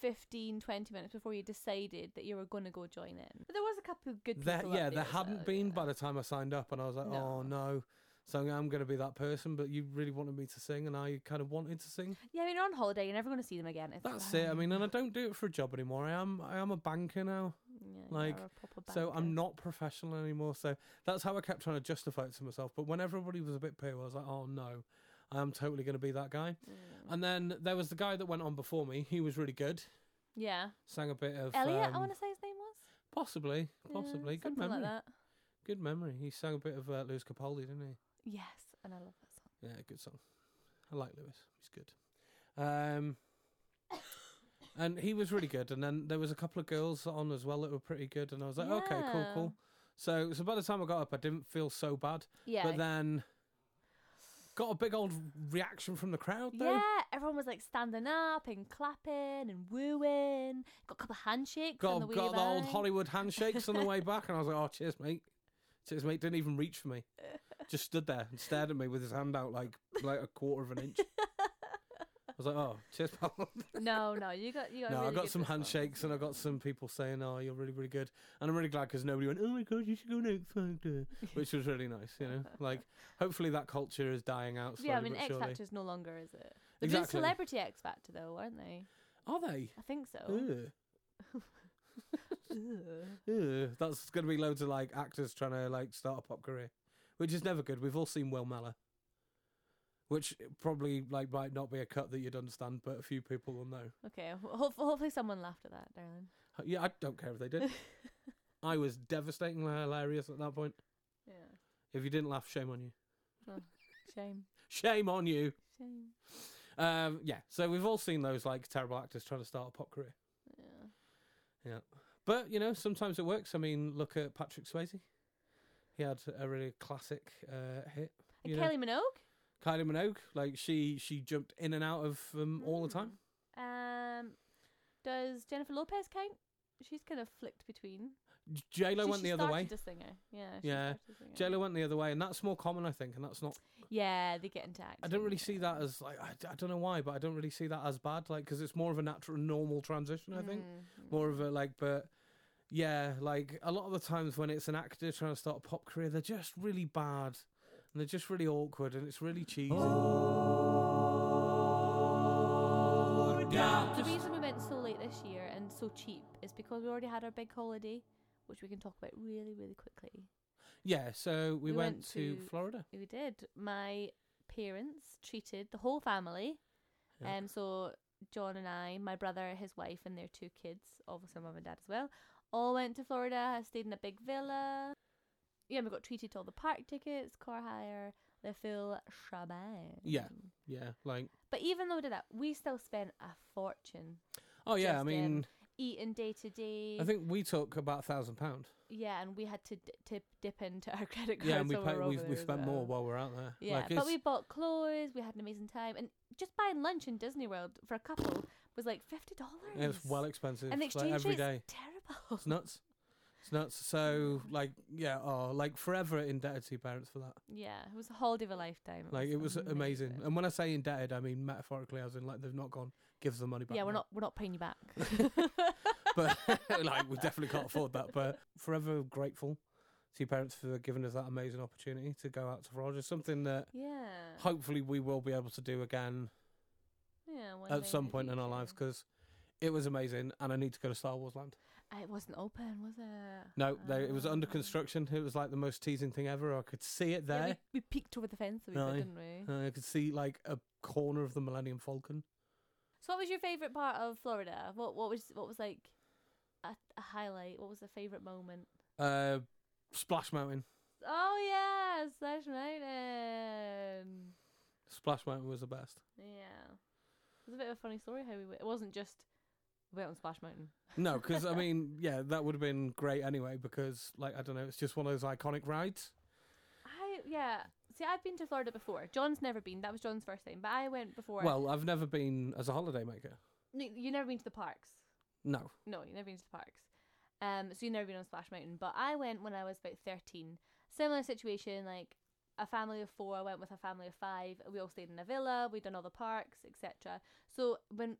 [SPEAKER 2] 15, 20 minutes before you decided that you were going to go join in. But there was a couple of good people.
[SPEAKER 1] There,
[SPEAKER 2] up
[SPEAKER 1] yeah, there
[SPEAKER 2] as
[SPEAKER 1] hadn't
[SPEAKER 2] well,
[SPEAKER 1] been
[SPEAKER 2] yeah.
[SPEAKER 1] by the time I signed up, and I was like, oh
[SPEAKER 2] No.
[SPEAKER 1] no. So I'm going to be that person, but you really wanted me to sing, and I kind of wanted to sing.
[SPEAKER 2] Yeah, I mean, you're on holiday, you're never going to see them again. It's
[SPEAKER 1] That's it. I
[SPEAKER 2] fine.
[SPEAKER 1] mean, and I don't do it for a job anymore. I am, I am a banker now,
[SPEAKER 2] Yeah,
[SPEAKER 1] like,
[SPEAKER 2] you're a proper
[SPEAKER 1] so
[SPEAKER 2] banker.
[SPEAKER 1] I'm not professional anymore. So that's how I kept trying to justify it to myself. But when everybody was a bit poo, I was like, oh no, I'm totally going to be that guy.
[SPEAKER 2] Mm.
[SPEAKER 1] And then there was the guy that went on before me. He was really good.
[SPEAKER 2] Yeah.
[SPEAKER 1] Sang a bit of
[SPEAKER 2] Elliot, I
[SPEAKER 1] um,
[SPEAKER 2] want to say his name was?
[SPEAKER 1] Possibly,
[SPEAKER 2] Yeah,
[SPEAKER 1] possibly. Good
[SPEAKER 2] something
[SPEAKER 1] memory.
[SPEAKER 2] Like that.
[SPEAKER 1] Good memory. He sang a bit of uh, Lewis Capaldi, didn't
[SPEAKER 2] Yes, and I love that song.
[SPEAKER 1] he? Yeah, good song. I like Lewis. He's good. Um, and he was really good. And then there was a couple of girls on as well that were pretty good. And I was like, okay, cool,
[SPEAKER 2] Yeah.
[SPEAKER 1] cool. So, so by the time I got up, I didn't feel so bad.
[SPEAKER 2] Yeah.
[SPEAKER 1] But then got a big old reaction from the crowd, though.
[SPEAKER 2] yeah, everyone was like standing up and clapping and wooing. Got a couple of handshakes on
[SPEAKER 1] Got,
[SPEAKER 2] the way
[SPEAKER 1] got the old
[SPEAKER 2] back.
[SPEAKER 1] Hollywood handshakes on the way back, and I was like, "Oh, cheers, mate! So his mate didn't even reach for me. Just stood there and stared at me with his hand out like like a quarter of an inch. I was like, oh, cheers, pal.
[SPEAKER 2] No, no, you got you got. a
[SPEAKER 1] no, I
[SPEAKER 2] really
[SPEAKER 1] got
[SPEAKER 2] good
[SPEAKER 1] some
[SPEAKER 2] response.
[SPEAKER 1] handshakes and I got some people saying, oh, you're really, really good. And I'm really glad because nobody went, oh my God, you should go next factor, which was really nice, you know? Like, hopefully that culture is dying out slowly
[SPEAKER 2] Yeah, I mean,
[SPEAKER 1] but
[SPEAKER 2] X
[SPEAKER 1] surely.
[SPEAKER 2] Factor's no longer, is it? They're doing
[SPEAKER 1] Exactly.
[SPEAKER 2] Celebrity X Factor though, aren't they?
[SPEAKER 1] Are they?
[SPEAKER 2] I think so.
[SPEAKER 1] Ugh.
[SPEAKER 2] Ugh.
[SPEAKER 1] Ugh. That's going to be loads of, like, actors trying to, like, start a pop career, which is never good. We've all seen Will Meller. Which probably like might not be a cut that you'd understand, but a few people will know.
[SPEAKER 2] Okay, well, hof- hopefully someone laughed at that, darling.
[SPEAKER 1] Yeah, I don't care if they did. I was devastatingly hilarious at that point.
[SPEAKER 2] Yeah,
[SPEAKER 1] If you didn't laugh, shame on you.
[SPEAKER 2] shame,
[SPEAKER 1] Shame on you.
[SPEAKER 2] shame.
[SPEAKER 1] Um, yeah, so we've all seen those like terrible actors trying to start a pop career,
[SPEAKER 2] Yeah.
[SPEAKER 1] but you know sometimes it works. I mean, look at Patrick Swayze; he had a really classic uh, hit.
[SPEAKER 2] And
[SPEAKER 1] You know,
[SPEAKER 2] Kylie Minogue.
[SPEAKER 1] Kylie Minogue, like she she jumped in and out of them all the time.
[SPEAKER 2] Hmm. Um, does Jennifer Lopez count? She's kind of flicked between.
[SPEAKER 1] J Lo
[SPEAKER 2] Mm. She-
[SPEAKER 1] went
[SPEAKER 2] she
[SPEAKER 1] the other way.
[SPEAKER 2] started As singer. Yeah. She
[SPEAKER 1] Yeah.
[SPEAKER 2] started as singer.
[SPEAKER 1] J Lo went the other way, and that's more common, I think, and that's not.
[SPEAKER 2] Yeah, they get into acting.
[SPEAKER 1] I don't really
[SPEAKER 2] yeah.
[SPEAKER 1] see that as like I, I don't know why, but I don't really see that as bad, like because it's more of a natural, normal transition, I think.
[SPEAKER 2] Mm,
[SPEAKER 1] more of a like but yeah like a lot of the times when it's an actor trying to start a pop career they're just really bad and they're just really awkward and it's really cheesy
[SPEAKER 2] mm. The reason we went so late this year and so cheap is because we already had our big holiday, which we can talk about really, really quickly.
[SPEAKER 1] yeah so we,
[SPEAKER 2] We
[SPEAKER 1] went,
[SPEAKER 2] went
[SPEAKER 1] to,
[SPEAKER 2] to-
[SPEAKER 1] florida
[SPEAKER 2] We did. My parents treated the whole family.
[SPEAKER 1] Yeah.
[SPEAKER 2] Um, so John and I, my brother, his wife, and their two kids, obviously mum and dad as well, all went to Florida. Stayed in a big villa. Yeah, we got treated to all the park tickets, car hire, the full shebang.
[SPEAKER 1] Yeah. yeah like
[SPEAKER 2] But even though we did that, we still spent a fortune
[SPEAKER 1] oh yeah i
[SPEAKER 2] Just,
[SPEAKER 1] mean
[SPEAKER 2] eating day to day.
[SPEAKER 1] i think we took about a thousand pound
[SPEAKER 2] Yeah, and we had to d- tip dip into our credit card.
[SPEAKER 1] yeah and we
[SPEAKER 2] when were
[SPEAKER 1] pay, we,
[SPEAKER 2] over
[SPEAKER 1] we
[SPEAKER 2] there as
[SPEAKER 1] spent more
[SPEAKER 2] well.
[SPEAKER 1] while we're out there
[SPEAKER 2] Yeah,
[SPEAKER 1] like
[SPEAKER 2] but
[SPEAKER 1] it's-
[SPEAKER 2] we bought clothes. We had an amazing time, and just buying lunch in Disney World for a couple was like fifty dollars.
[SPEAKER 1] it was well expensive
[SPEAKER 2] and the
[SPEAKER 1] like
[SPEAKER 2] exchange
[SPEAKER 1] every
[SPEAKER 2] rate's
[SPEAKER 1] day
[SPEAKER 2] terrible.
[SPEAKER 1] it's nuts it's nuts so like yeah oh like forever indebted to your parents for that
[SPEAKER 2] Yeah, it was a holiday of a lifetime.
[SPEAKER 1] Like it was amazing. and when I say indebted, I mean metaphorically, as in like they've not gone give us the money back.
[SPEAKER 2] yeah, we're
[SPEAKER 1] now.
[SPEAKER 2] not we're not paying you back.
[SPEAKER 1] But like we definitely can't afford that. But forever grateful to your parents for giving us that amazing opportunity to go out to Florida. Something that
[SPEAKER 2] yeah,
[SPEAKER 1] hopefully we will be able to do again
[SPEAKER 2] yeah. one
[SPEAKER 1] at
[SPEAKER 2] day
[SPEAKER 1] some
[SPEAKER 2] the
[SPEAKER 1] point in our
[SPEAKER 2] future.
[SPEAKER 1] lives because it was amazing. And I need to go to Star Wars Land.
[SPEAKER 2] Ah, It wasn't open, was it?
[SPEAKER 1] No, they, it was under
[SPEAKER 2] Ah.
[SPEAKER 1] construction. It was like the most teasing thing ever. I could see it
[SPEAKER 2] Yeah, we,
[SPEAKER 1] there.
[SPEAKER 2] we peeked over the fence a wee
[SPEAKER 1] Aye.
[SPEAKER 2] bit, didn't we?
[SPEAKER 1] Uh, I could see like a corner of the Millennium Falcon.
[SPEAKER 2] So, what was your favorite part of Florida? What what was what was like a, a highlight? What was the favorite moment?
[SPEAKER 1] Uh, Splash Mountain.
[SPEAKER 2] Oh yeah, Slash Mountain.
[SPEAKER 1] Splash Mountain was the best.
[SPEAKER 2] Yeah, it was a bit of a funny story how we went. It wasn't just we went on Splash Mountain.
[SPEAKER 1] No, 'cause I mean, yeah, that would have been great anyway. Because like I don't know, it's just one of those iconic rides.
[SPEAKER 2] I yeah. See, I've been to Florida before. John's never been. That was John's first time, but I went before.
[SPEAKER 1] Well, I've never been as a holiday maker.
[SPEAKER 2] no, you never been to the parks.
[SPEAKER 1] No,
[SPEAKER 2] No, you never been to the parks. Um, so you've never been on Splash Mountain, but I went when I was about thirteen. Similar situation, like a family of four. I went with a family of five. We all stayed in a villa. We done all the parks, etc. So when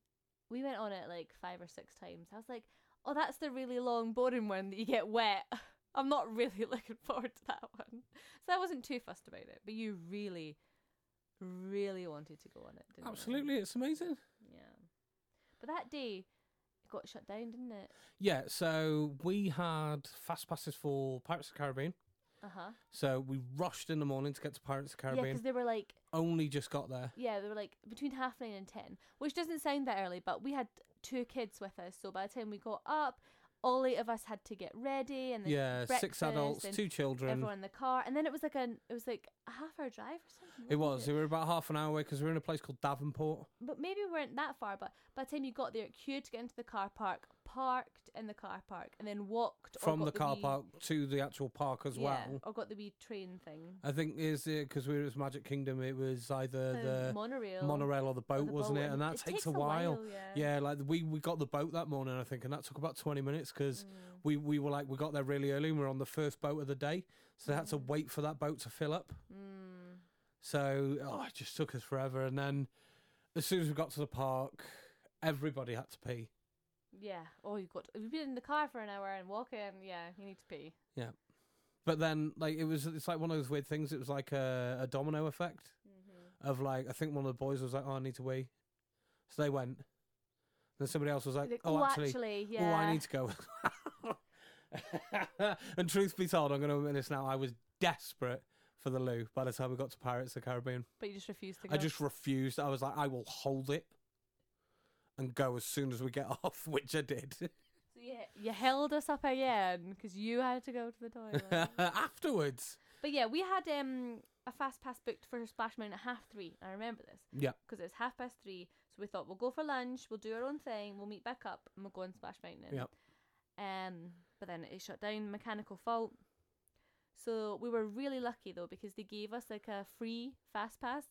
[SPEAKER 2] we went on it like five or six times, I was like, "Oh, that's the really long, boring one that you get wet." I'm not really looking forward to that one. So I wasn't too fussed about it. But you really, really wanted to go on it, didn't you?
[SPEAKER 1] absolutely, it's amazing.
[SPEAKER 2] Yeah. But that day, it got shut down, didn't it?
[SPEAKER 1] Yeah, so we had fast passes for Pirates of the Caribbean.
[SPEAKER 2] Uh huh.
[SPEAKER 1] So we rushed in the morning to get to Pirates of the
[SPEAKER 2] Yeah,
[SPEAKER 1] Caribbean.
[SPEAKER 2] because they were like,
[SPEAKER 1] Only just got there.
[SPEAKER 2] yeah, they were like between half nine and ten, which doesn't sound that early, but we had two kids with us, so by the time we got up, all eight of us had to get ready, and then
[SPEAKER 1] Yeah, six
[SPEAKER 2] breakfast
[SPEAKER 1] adults,
[SPEAKER 2] and
[SPEAKER 1] two children.
[SPEAKER 2] everyone in the car, and then it was like an it was like a half hour drive or something.
[SPEAKER 1] It
[SPEAKER 2] wasn't
[SPEAKER 1] was. We were about half an hour away 'cause we were in a place called Davenport.
[SPEAKER 2] oh, but maybe we weren't that far. But by the time you got there, it queued to get into the car park, parked in the car park and then walked or
[SPEAKER 1] from
[SPEAKER 2] got
[SPEAKER 1] the car
[SPEAKER 2] wee-
[SPEAKER 1] park to the actual park as
[SPEAKER 2] yeah,
[SPEAKER 1] well.
[SPEAKER 2] or got the wee train thing.
[SPEAKER 1] I think is because we were at Magic Kingdom, it was either
[SPEAKER 2] the
[SPEAKER 1] the,
[SPEAKER 2] monorail.
[SPEAKER 1] monorail or the boat,
[SPEAKER 2] or the
[SPEAKER 1] wasn't
[SPEAKER 2] boat,
[SPEAKER 1] it? And that
[SPEAKER 2] it
[SPEAKER 1] takes, a while.
[SPEAKER 2] yeah.
[SPEAKER 1] Yeah, like we we got the boat that morning, I think, and that took about twenty minutes
[SPEAKER 2] Mm.
[SPEAKER 1] because we we were like we got there really early and we were on the first boat of the day, so they had to
[SPEAKER 2] Mm.
[SPEAKER 1] wait for that boat to fill up.
[SPEAKER 2] Mm.
[SPEAKER 1] So oh, it just took us forever. And then as soon as we got to the park, everybody had to pee.
[SPEAKER 2] Yeah. Oh, you got. If you've been in the car for an hour and walking, yeah, you need to pee.
[SPEAKER 1] But then like it was it's like one of those weird things. It was like a, a domino effect.
[SPEAKER 2] Mm-hmm.
[SPEAKER 1] of like I think one of the boys was like, "Oh, I need to wee," so they went. Then somebody else was like, "Oh, actually,
[SPEAKER 2] yeah.
[SPEAKER 1] oh, I need to go." and truth be told, I'm going to admit this now. I was desperate for the loo by the time we got to Pirates of the Caribbean.
[SPEAKER 2] But you just refuse to go.
[SPEAKER 1] I just refused. I was like, "I will hold it and go as soon as we get off," which I did.
[SPEAKER 2] So you, you held us up again because you had to go to the toilet.
[SPEAKER 1] Afterwards,
[SPEAKER 2] but yeah, we had um a fast pass booked for Splash Mountain at half three. I remember this.
[SPEAKER 1] Yeah.
[SPEAKER 2] Because it was half past three, so we thought we'll go for lunch, we'll do our own thing, we'll meet back up, and we'll go on Splash Mountain.
[SPEAKER 1] Yep.
[SPEAKER 2] Um, but then it shut down, mechanical fault. So we were really lucky though because they gave us like a free fast pass,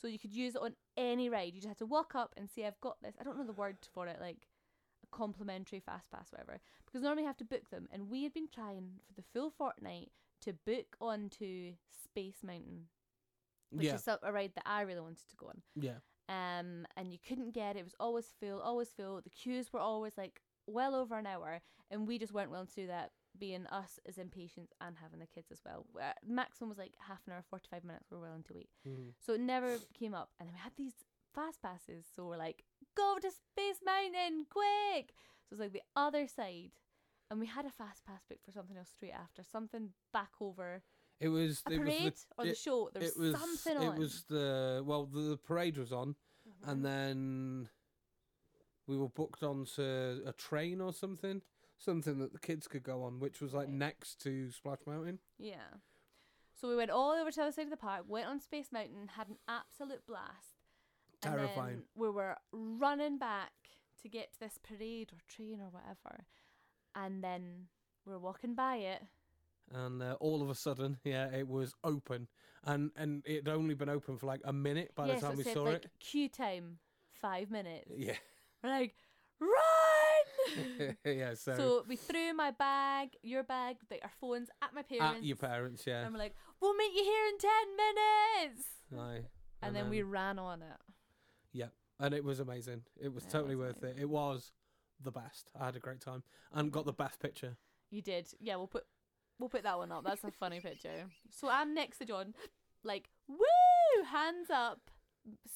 [SPEAKER 2] so you could use it on any ride. You just had to walk up and say, "I've got this." I don't know the word for it, like a complimentary fast pass, whatever. Because normally you have to book them, and we had been trying for the full fortnight to book onto Space Mountain, which
[SPEAKER 1] yeah,
[SPEAKER 2] is a a ride that I really wanted to go on
[SPEAKER 1] yeah,
[SPEAKER 2] um, and you couldn't get it. It was always full, always full. The queues were always like well over an hour, and we just weren't willing to do that, being us as impatient and having the kids as well. Uh, Maximum was like half an hour, 45 minutes, we we're willing to wait.
[SPEAKER 1] Mm.
[SPEAKER 2] So it never came up. And then we had these fast passes, so we're like, go to Space Mountain, quick! So it's like the other side. And we had a fast pass book for something else straight after, something back over
[SPEAKER 1] It was
[SPEAKER 2] a
[SPEAKER 1] it was
[SPEAKER 2] parade
[SPEAKER 1] the
[SPEAKER 2] or the
[SPEAKER 1] it-
[SPEAKER 2] show. There was,
[SPEAKER 1] it was
[SPEAKER 2] something
[SPEAKER 1] it
[SPEAKER 2] on. Mm-hmm.
[SPEAKER 1] was the well the, the parade was on and then we were booked onto a train or something something that the kids could go on which was like
[SPEAKER 2] Right.
[SPEAKER 1] next to splash mountain
[SPEAKER 2] Yeah. So we went all over to the other side of the park, went on Space Mountain, had an absolute blast. And
[SPEAKER 1] Terrifying.
[SPEAKER 2] then we were running back to get to this parade or train or whatever. And then we were walking by it.
[SPEAKER 1] and uh, all of a sudden yeah it was open and and it had only been open for like a minute by
[SPEAKER 2] Yes,
[SPEAKER 1] the time we
[SPEAKER 2] said,
[SPEAKER 1] saw
[SPEAKER 2] like,
[SPEAKER 1] it
[SPEAKER 2] Queue time, five minutes.
[SPEAKER 1] yeah
[SPEAKER 2] We're like, run!
[SPEAKER 1] yeah so,
[SPEAKER 2] so we threw my bag, your bag, like our phones at my parents.
[SPEAKER 1] at your parents yeah
[SPEAKER 2] And we're like, we'll meet you here in 10 minutes.
[SPEAKER 1] Aye.
[SPEAKER 2] And, then, we ran on it.
[SPEAKER 1] and it was amazing it was
[SPEAKER 2] Yeah, it
[SPEAKER 1] totally
[SPEAKER 2] was
[SPEAKER 1] worth
[SPEAKER 2] amazing.
[SPEAKER 1] it it was the best i had a great time and got the best picture
[SPEAKER 2] You did. Yeah, we'll put we'll put that one up. That's a funny picture. So I'm next to John, like woo, hands up,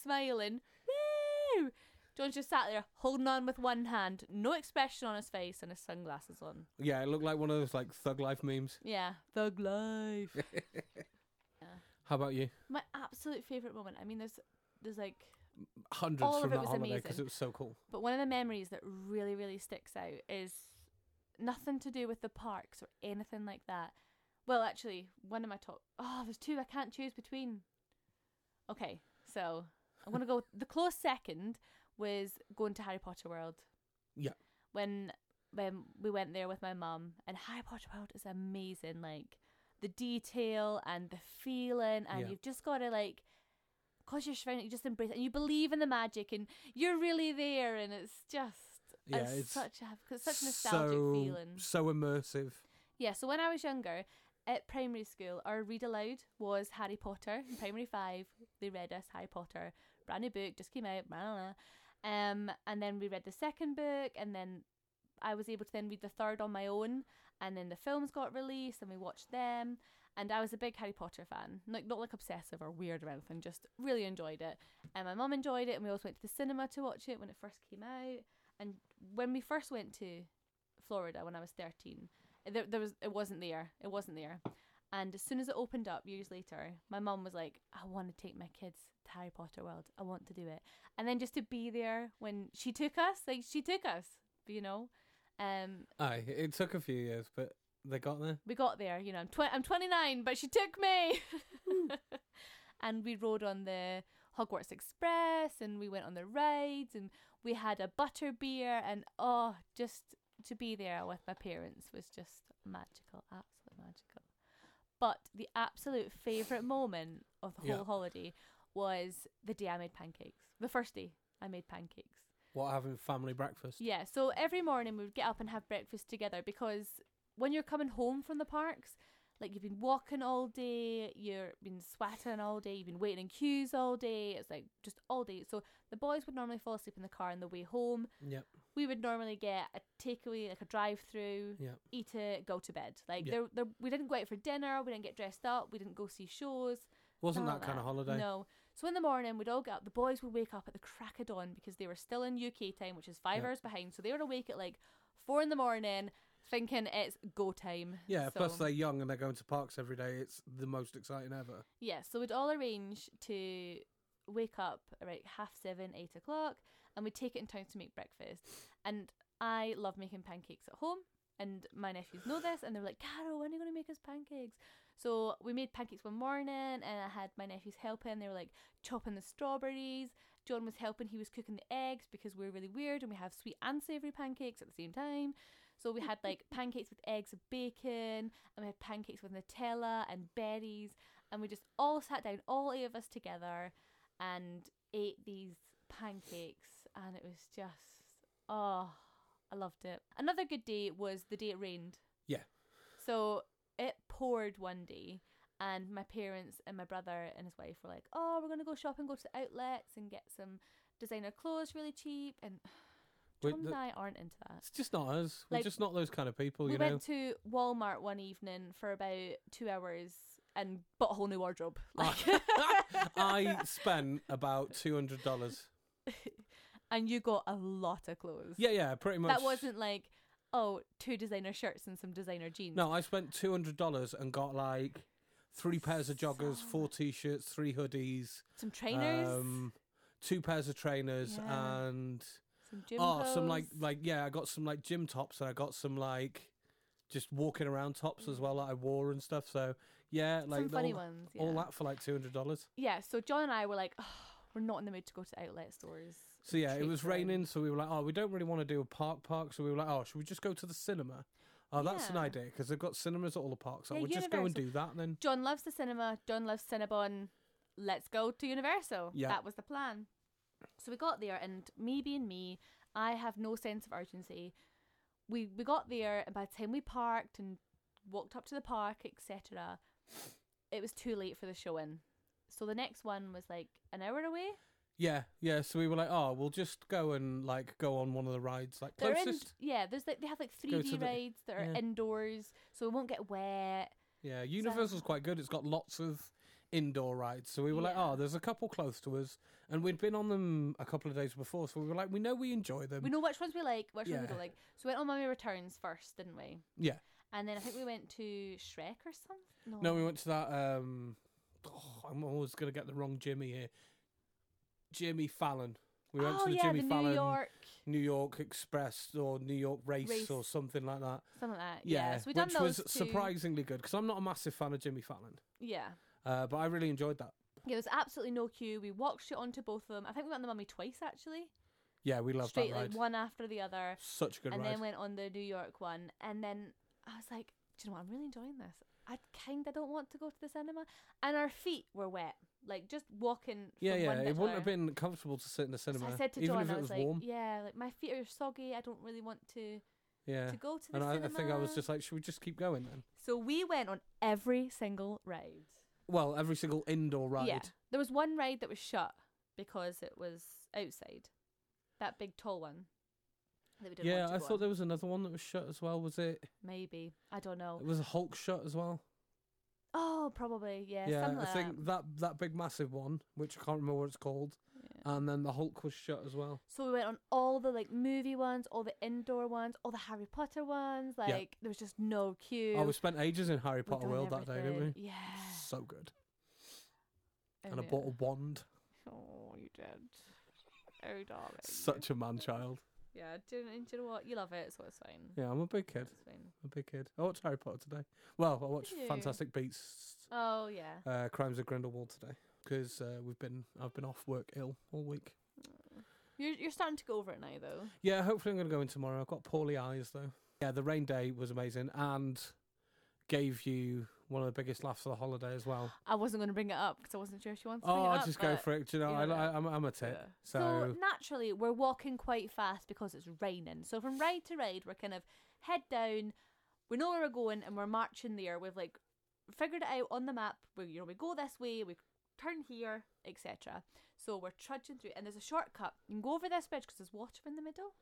[SPEAKER 2] smiling, woo. John's just sat there holding on with one hand, no expression on his face, and his sunglasses on.
[SPEAKER 1] Yeah, it looked like one of those like thug life memes.
[SPEAKER 2] Yeah, thug life.
[SPEAKER 1] How about you?
[SPEAKER 2] My absolute favorite moment. I mean, there's there's like,
[SPEAKER 1] Hundreds
[SPEAKER 2] All of
[SPEAKER 1] from
[SPEAKER 2] it
[SPEAKER 1] that
[SPEAKER 2] was
[SPEAKER 1] holiday because
[SPEAKER 2] amazing.
[SPEAKER 1] it was so cool.
[SPEAKER 2] but one of the memories that really really sticks out is nothing to do with the parks or anything like that. Well, actually, one of my top. Oh, there's two I can't choose between. Okay, so I'm gonna go. With, the close second was going to Harry Potter World.
[SPEAKER 1] Yeah.
[SPEAKER 2] When when we went there with my mum, and Harry Potter World is amazing. Like the detail and the feeling, and
[SPEAKER 1] Yeah.
[SPEAKER 2] you've just got to like. Cause you're surrounded, you just embrace it, and you believe in the magic, and you're really there, and it's just
[SPEAKER 1] Yeah,
[SPEAKER 2] it's,
[SPEAKER 1] it's
[SPEAKER 2] such a it's such a nostalgic
[SPEAKER 1] so,
[SPEAKER 2] feeling.
[SPEAKER 1] So immersive.
[SPEAKER 2] Yeah, so when I was younger, at primary school, our read aloud was Harry Potter. In primary five, they read us Harry Potter, brand new book, just came out, blah, blah, blah. Um, and then we read the second book, and then I was able to then read the third on my own. And then the films got released, and we watched them. And I was a big Harry Potter fan, like not like obsessive or weird or anything, just really enjoyed it. And my mum enjoyed it, and we also went to the cinema to watch it when it first came out. And when we first went to Florida when I was thirteen, there, there was it wasn't there it wasn't there and as soon as it opened up years later my mum was like i want to take my kids to harry potter world i want to do it and then just to be there when she took us like she took us you know um
[SPEAKER 1] Aye, it took a few years, but they got there.
[SPEAKER 2] we got there you know i'm, tw- I'm 29 but she took me and we rode on the hogwarts express and we went on the rides and we had a butter beer and oh just to be there with my parents was just magical, absolutely magical. But the absolute favorite moment of the
[SPEAKER 1] Yeah.
[SPEAKER 2] whole holiday was the day I made pancakes. The first day I made pancakes.
[SPEAKER 1] What having family breakfast?
[SPEAKER 2] Yeah, so every morning we would get up and have breakfast together because when you're coming home from the parks, like you've been walking all day, you've been sweating all day, you've been waiting in queues all day. It's like just all day. So the boys would normally fall asleep in the car on the way home.
[SPEAKER 1] Yep.
[SPEAKER 2] We would normally get a takeaway, like a drive-through,
[SPEAKER 1] Yep.
[SPEAKER 2] eat it, go to bed. Like
[SPEAKER 1] Yeah.
[SPEAKER 2] there, there, we didn't go out for dinner. We didn't get dressed up. We didn't go see shows.
[SPEAKER 1] Wasn't
[SPEAKER 2] None
[SPEAKER 1] that kind of holiday?
[SPEAKER 2] No. So in the morning, we'd all get up. The boys would wake up at the crack of dawn because they were still in UK time, which is five
[SPEAKER 1] Yeah.
[SPEAKER 2] hours behind. So they were awake at like four in the morning, thinking it's go time.
[SPEAKER 1] Yeah,
[SPEAKER 2] so, um,
[SPEAKER 1] plus they're young and they're going to parks every day. It's the most exciting ever.
[SPEAKER 2] yeah. So we'd all arrange to wake up about half seven, eight o'clock, and we'd take it in time to make breakfast. And I love making pancakes at home. And my nephews know this, and they're like, Carol, when are you going to make us pancakes? So we made pancakes one morning, and I had my nephews helping. They were like chopping the strawberries. John was helping, he was cooking the eggs because we're really weird and we have sweet and savoury pancakes at the same time. So we had like pancakes with eggs and bacon, and we had pancakes with Nutella and berries. And we just all sat down, all eight of us together, and ate these pancakes. And it was just, oh, I loved it. Another good day was the day it rained.
[SPEAKER 1] Yeah.
[SPEAKER 2] So it poured one day, and my parents and my brother and his wife were like, "Oh, we're gonna go shop and go to the outlets and get some designer clothes really cheap." And
[SPEAKER 1] Wait,
[SPEAKER 2] John and
[SPEAKER 1] th-
[SPEAKER 2] I aren't into that.
[SPEAKER 1] It's just not us. We're
[SPEAKER 2] Like,
[SPEAKER 1] just not those kind of people,
[SPEAKER 2] We
[SPEAKER 1] you know.
[SPEAKER 2] went to Walmart one evening for about two hours and bought a whole new wardrobe.
[SPEAKER 1] Ah.
[SPEAKER 2] Like,
[SPEAKER 1] I spent about two hundred dollars.
[SPEAKER 2] and you got a lot of clothes.
[SPEAKER 1] Yeah, yeah, pretty much.
[SPEAKER 2] that wasn't like, oh, two designer shirts and some designer jeans.
[SPEAKER 1] No, I spent two hundred dollars and got like three pairs of joggers,
[SPEAKER 2] So
[SPEAKER 1] four t-shirts, three hoodies, um,
[SPEAKER 2] some trainers,
[SPEAKER 1] Oh. two pairs of trainers,
[SPEAKER 2] Yeah.
[SPEAKER 1] and
[SPEAKER 2] some gym
[SPEAKER 1] oh, some like
[SPEAKER 2] clothes.
[SPEAKER 1] like yeah, I got some like gym tops and I got some like just walking around tops as well that I wore and stuff. So yeah, like
[SPEAKER 2] some funny
[SPEAKER 1] all,
[SPEAKER 2] ones. Yeah.
[SPEAKER 1] all that for like two hundred dollars.
[SPEAKER 2] yeah, so John and I were like, oh, we're not in the mood to go to outlet stores.
[SPEAKER 1] So yeah, it
[SPEAKER 2] Treat
[SPEAKER 1] was
[SPEAKER 2] for them.
[SPEAKER 1] raining, so we were like, oh, we don't really want to do a park park, so we were like, oh, should we just go to the cinema? Oh, that's an
[SPEAKER 2] Yeah.
[SPEAKER 1] idea because they've got cinemas at all the parks. So
[SPEAKER 2] Yeah,
[SPEAKER 1] we'll just go and
[SPEAKER 2] Universal.
[SPEAKER 1] do that then.
[SPEAKER 2] John loves the cinema. John loves Cinnabon. Let's go to Universal.
[SPEAKER 1] Yeah.
[SPEAKER 2] That was the plan. So we got there, and me being me, I have no sense of urgency. We we got there, and by the time we parked and walked up to the park, etc., it was too late for the showing. So the next one was like an hour away.
[SPEAKER 1] Yeah, yeah. So we were like, oh, we'll just go and like go on one of the rides like
[SPEAKER 2] They're in,
[SPEAKER 1] closest.
[SPEAKER 2] yeah, there's like they have like
[SPEAKER 1] Go
[SPEAKER 2] 3D
[SPEAKER 1] to the-
[SPEAKER 2] rides that are
[SPEAKER 1] yeah.
[SPEAKER 2] indoors, so we won't get wet.
[SPEAKER 1] Yeah, Universal's quite good. It's got lots of indoor rides. So we were like,
[SPEAKER 2] Yeah.
[SPEAKER 1] oh, there's a couple close to us, and we'd been on them a couple of days before. So we were like, we know we enjoy them.
[SPEAKER 2] We know which ones we like, which ones we
[SPEAKER 1] Um, Yeah.
[SPEAKER 2] don't like. So we went on Mummy Returns first, didn't we?
[SPEAKER 1] yeah.
[SPEAKER 2] And then I think we went to Shrek or something.
[SPEAKER 1] No, we went to that. um oh, I'm always gonna get the wrong Jimmy here. Jimmy Fallon. We went
[SPEAKER 2] oh
[SPEAKER 1] to the
[SPEAKER 2] yeah,
[SPEAKER 1] Jimmy
[SPEAKER 2] the
[SPEAKER 1] Fallon
[SPEAKER 2] New York,
[SPEAKER 1] New York Express or New York Race,
[SPEAKER 2] Race.
[SPEAKER 1] or something like that.
[SPEAKER 2] something like that. Yeah, so we done
[SPEAKER 1] which
[SPEAKER 2] those
[SPEAKER 1] was
[SPEAKER 2] two.
[SPEAKER 1] surprisingly good because I'm not a massive fan of Jimmy Fallon,
[SPEAKER 2] Yeah,
[SPEAKER 1] uh, but I really enjoyed that.
[SPEAKER 2] yeah. There was absolutely no queue. We walked straight onto both of them. I think we went on the Mummy twice actually,
[SPEAKER 1] Yeah, we loved
[SPEAKER 2] straight
[SPEAKER 1] that ride.
[SPEAKER 2] like one after the other,
[SPEAKER 1] Such a good
[SPEAKER 2] and
[SPEAKER 1] ride.
[SPEAKER 2] then went on the New York one. And then I was like, do you know what? I'm really enjoying this. I kind of don't want to go to the cinema, and our feet were wet. Like just walking.
[SPEAKER 1] yeah,
[SPEAKER 2] from
[SPEAKER 1] yeah,
[SPEAKER 2] one bit
[SPEAKER 1] it
[SPEAKER 2] to
[SPEAKER 1] wouldn't have
[SPEAKER 2] another.
[SPEAKER 1] been comfortable to sit in the
[SPEAKER 2] So
[SPEAKER 1] cinema,
[SPEAKER 2] I said to
[SPEAKER 1] even
[SPEAKER 2] John,
[SPEAKER 1] if
[SPEAKER 2] I
[SPEAKER 1] it
[SPEAKER 2] was,
[SPEAKER 1] was
[SPEAKER 2] like,
[SPEAKER 1] warm.
[SPEAKER 2] yeah, like my feet are soggy. I don't really want to
[SPEAKER 1] Yeah,
[SPEAKER 2] to go to the
[SPEAKER 1] and I,
[SPEAKER 2] cinema.
[SPEAKER 1] I think I was just like, should we just keep going then?
[SPEAKER 2] So we went on every single ride.
[SPEAKER 1] Well, every single indoor ride.
[SPEAKER 2] Yeah. There was one ride that was shut because it was outside. That big tall one. That we didn't
[SPEAKER 1] Yeah,
[SPEAKER 2] want to
[SPEAKER 1] I
[SPEAKER 2] go
[SPEAKER 1] thought
[SPEAKER 2] on.
[SPEAKER 1] there was another one that was shut as well. Was it?
[SPEAKER 2] maybe. I don't know.
[SPEAKER 1] It was a Hulk shut as well.
[SPEAKER 2] Oh, probably, yeah. uh,
[SPEAKER 1] yeah,
[SPEAKER 2] something
[SPEAKER 1] I
[SPEAKER 2] like
[SPEAKER 1] think that. that big massive one, which I can't remember what it's called,
[SPEAKER 2] that. Yeah.
[SPEAKER 1] and then the Hulk was shut as well.
[SPEAKER 2] So we went on all the like movie ones, all the indoor ones, all the Harry Potter ones. Like there was just no queue.
[SPEAKER 1] Oh, we spent ages in Harry Potter
[SPEAKER 2] done
[SPEAKER 1] World that day, didn't we?
[SPEAKER 2] everything. Yeah.
[SPEAKER 1] So good.
[SPEAKER 2] Oh,
[SPEAKER 1] and I
[SPEAKER 2] yeah.
[SPEAKER 1] bought a wand.
[SPEAKER 2] Oh, you did. Oh, darling.
[SPEAKER 1] Such a man child.
[SPEAKER 2] Yeah, do you, do you know what? You love it, so it's fine.
[SPEAKER 1] Yeah, I'm a big kid.
[SPEAKER 2] It's fine.
[SPEAKER 1] I'm a big kid. I watched Harry Potter today. Well, I watched
[SPEAKER 2] you?
[SPEAKER 1] Fantastic Beasts,
[SPEAKER 2] Oh yeah.
[SPEAKER 1] uh, Crimes of Grindelwald today because uh, we've been I've been off work ill all week.
[SPEAKER 2] You're you're starting to go over it now, though.
[SPEAKER 1] Yeah, hopefully I'm going to go in tomorrow. I've got poorly eyes though. Yeah, the rain day was amazing and gave you one of the biggest laughs of the holiday as well.
[SPEAKER 2] I wasn't going to bring it up because I wasn't sure if you wanted. to
[SPEAKER 1] Oh,
[SPEAKER 2] bring it
[SPEAKER 1] I'll
[SPEAKER 2] up,
[SPEAKER 1] just go
[SPEAKER 2] but-
[SPEAKER 1] for it. Do you know, I,
[SPEAKER 2] yeah.
[SPEAKER 1] I, I'm, I'm a tit.
[SPEAKER 2] Yeah.
[SPEAKER 1] So,
[SPEAKER 2] naturally, we're walking quite fast because it's raining. So from ride to ride, we're kind of head down. We know where we're going, and we're marching there. We've like figured it out on the map. We you know we go this way, we turn here, etc. So we're trudging through, and there's a shortcut. You can go over this bridge because there's water in the middle.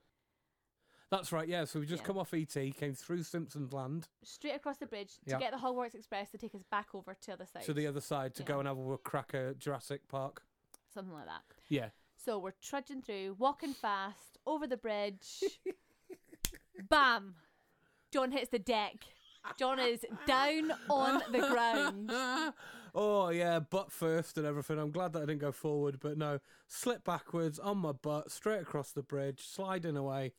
[SPEAKER 1] that's right. Yeah, so we just
[SPEAKER 2] Yeah.
[SPEAKER 1] come off ET, came through Simpsons Land
[SPEAKER 2] Straight across the bridge to
[SPEAKER 1] Yeah.
[SPEAKER 2] get the Hogwarts Express to take us back over to the other side,
[SPEAKER 1] to the other side to
[SPEAKER 2] Yeah.
[SPEAKER 1] go and have a little crack at Jurassic Park.
[SPEAKER 2] something like that.
[SPEAKER 1] Yeah.
[SPEAKER 2] So we're trudging through, walking fast, over the bridge. Bam! John hits the deck. John is down on the ground.
[SPEAKER 1] oh yeah, butt first and everything. I'm glad that I didn't go forward, but no, slip backwards on my butt, straight across the bridge, sliding away.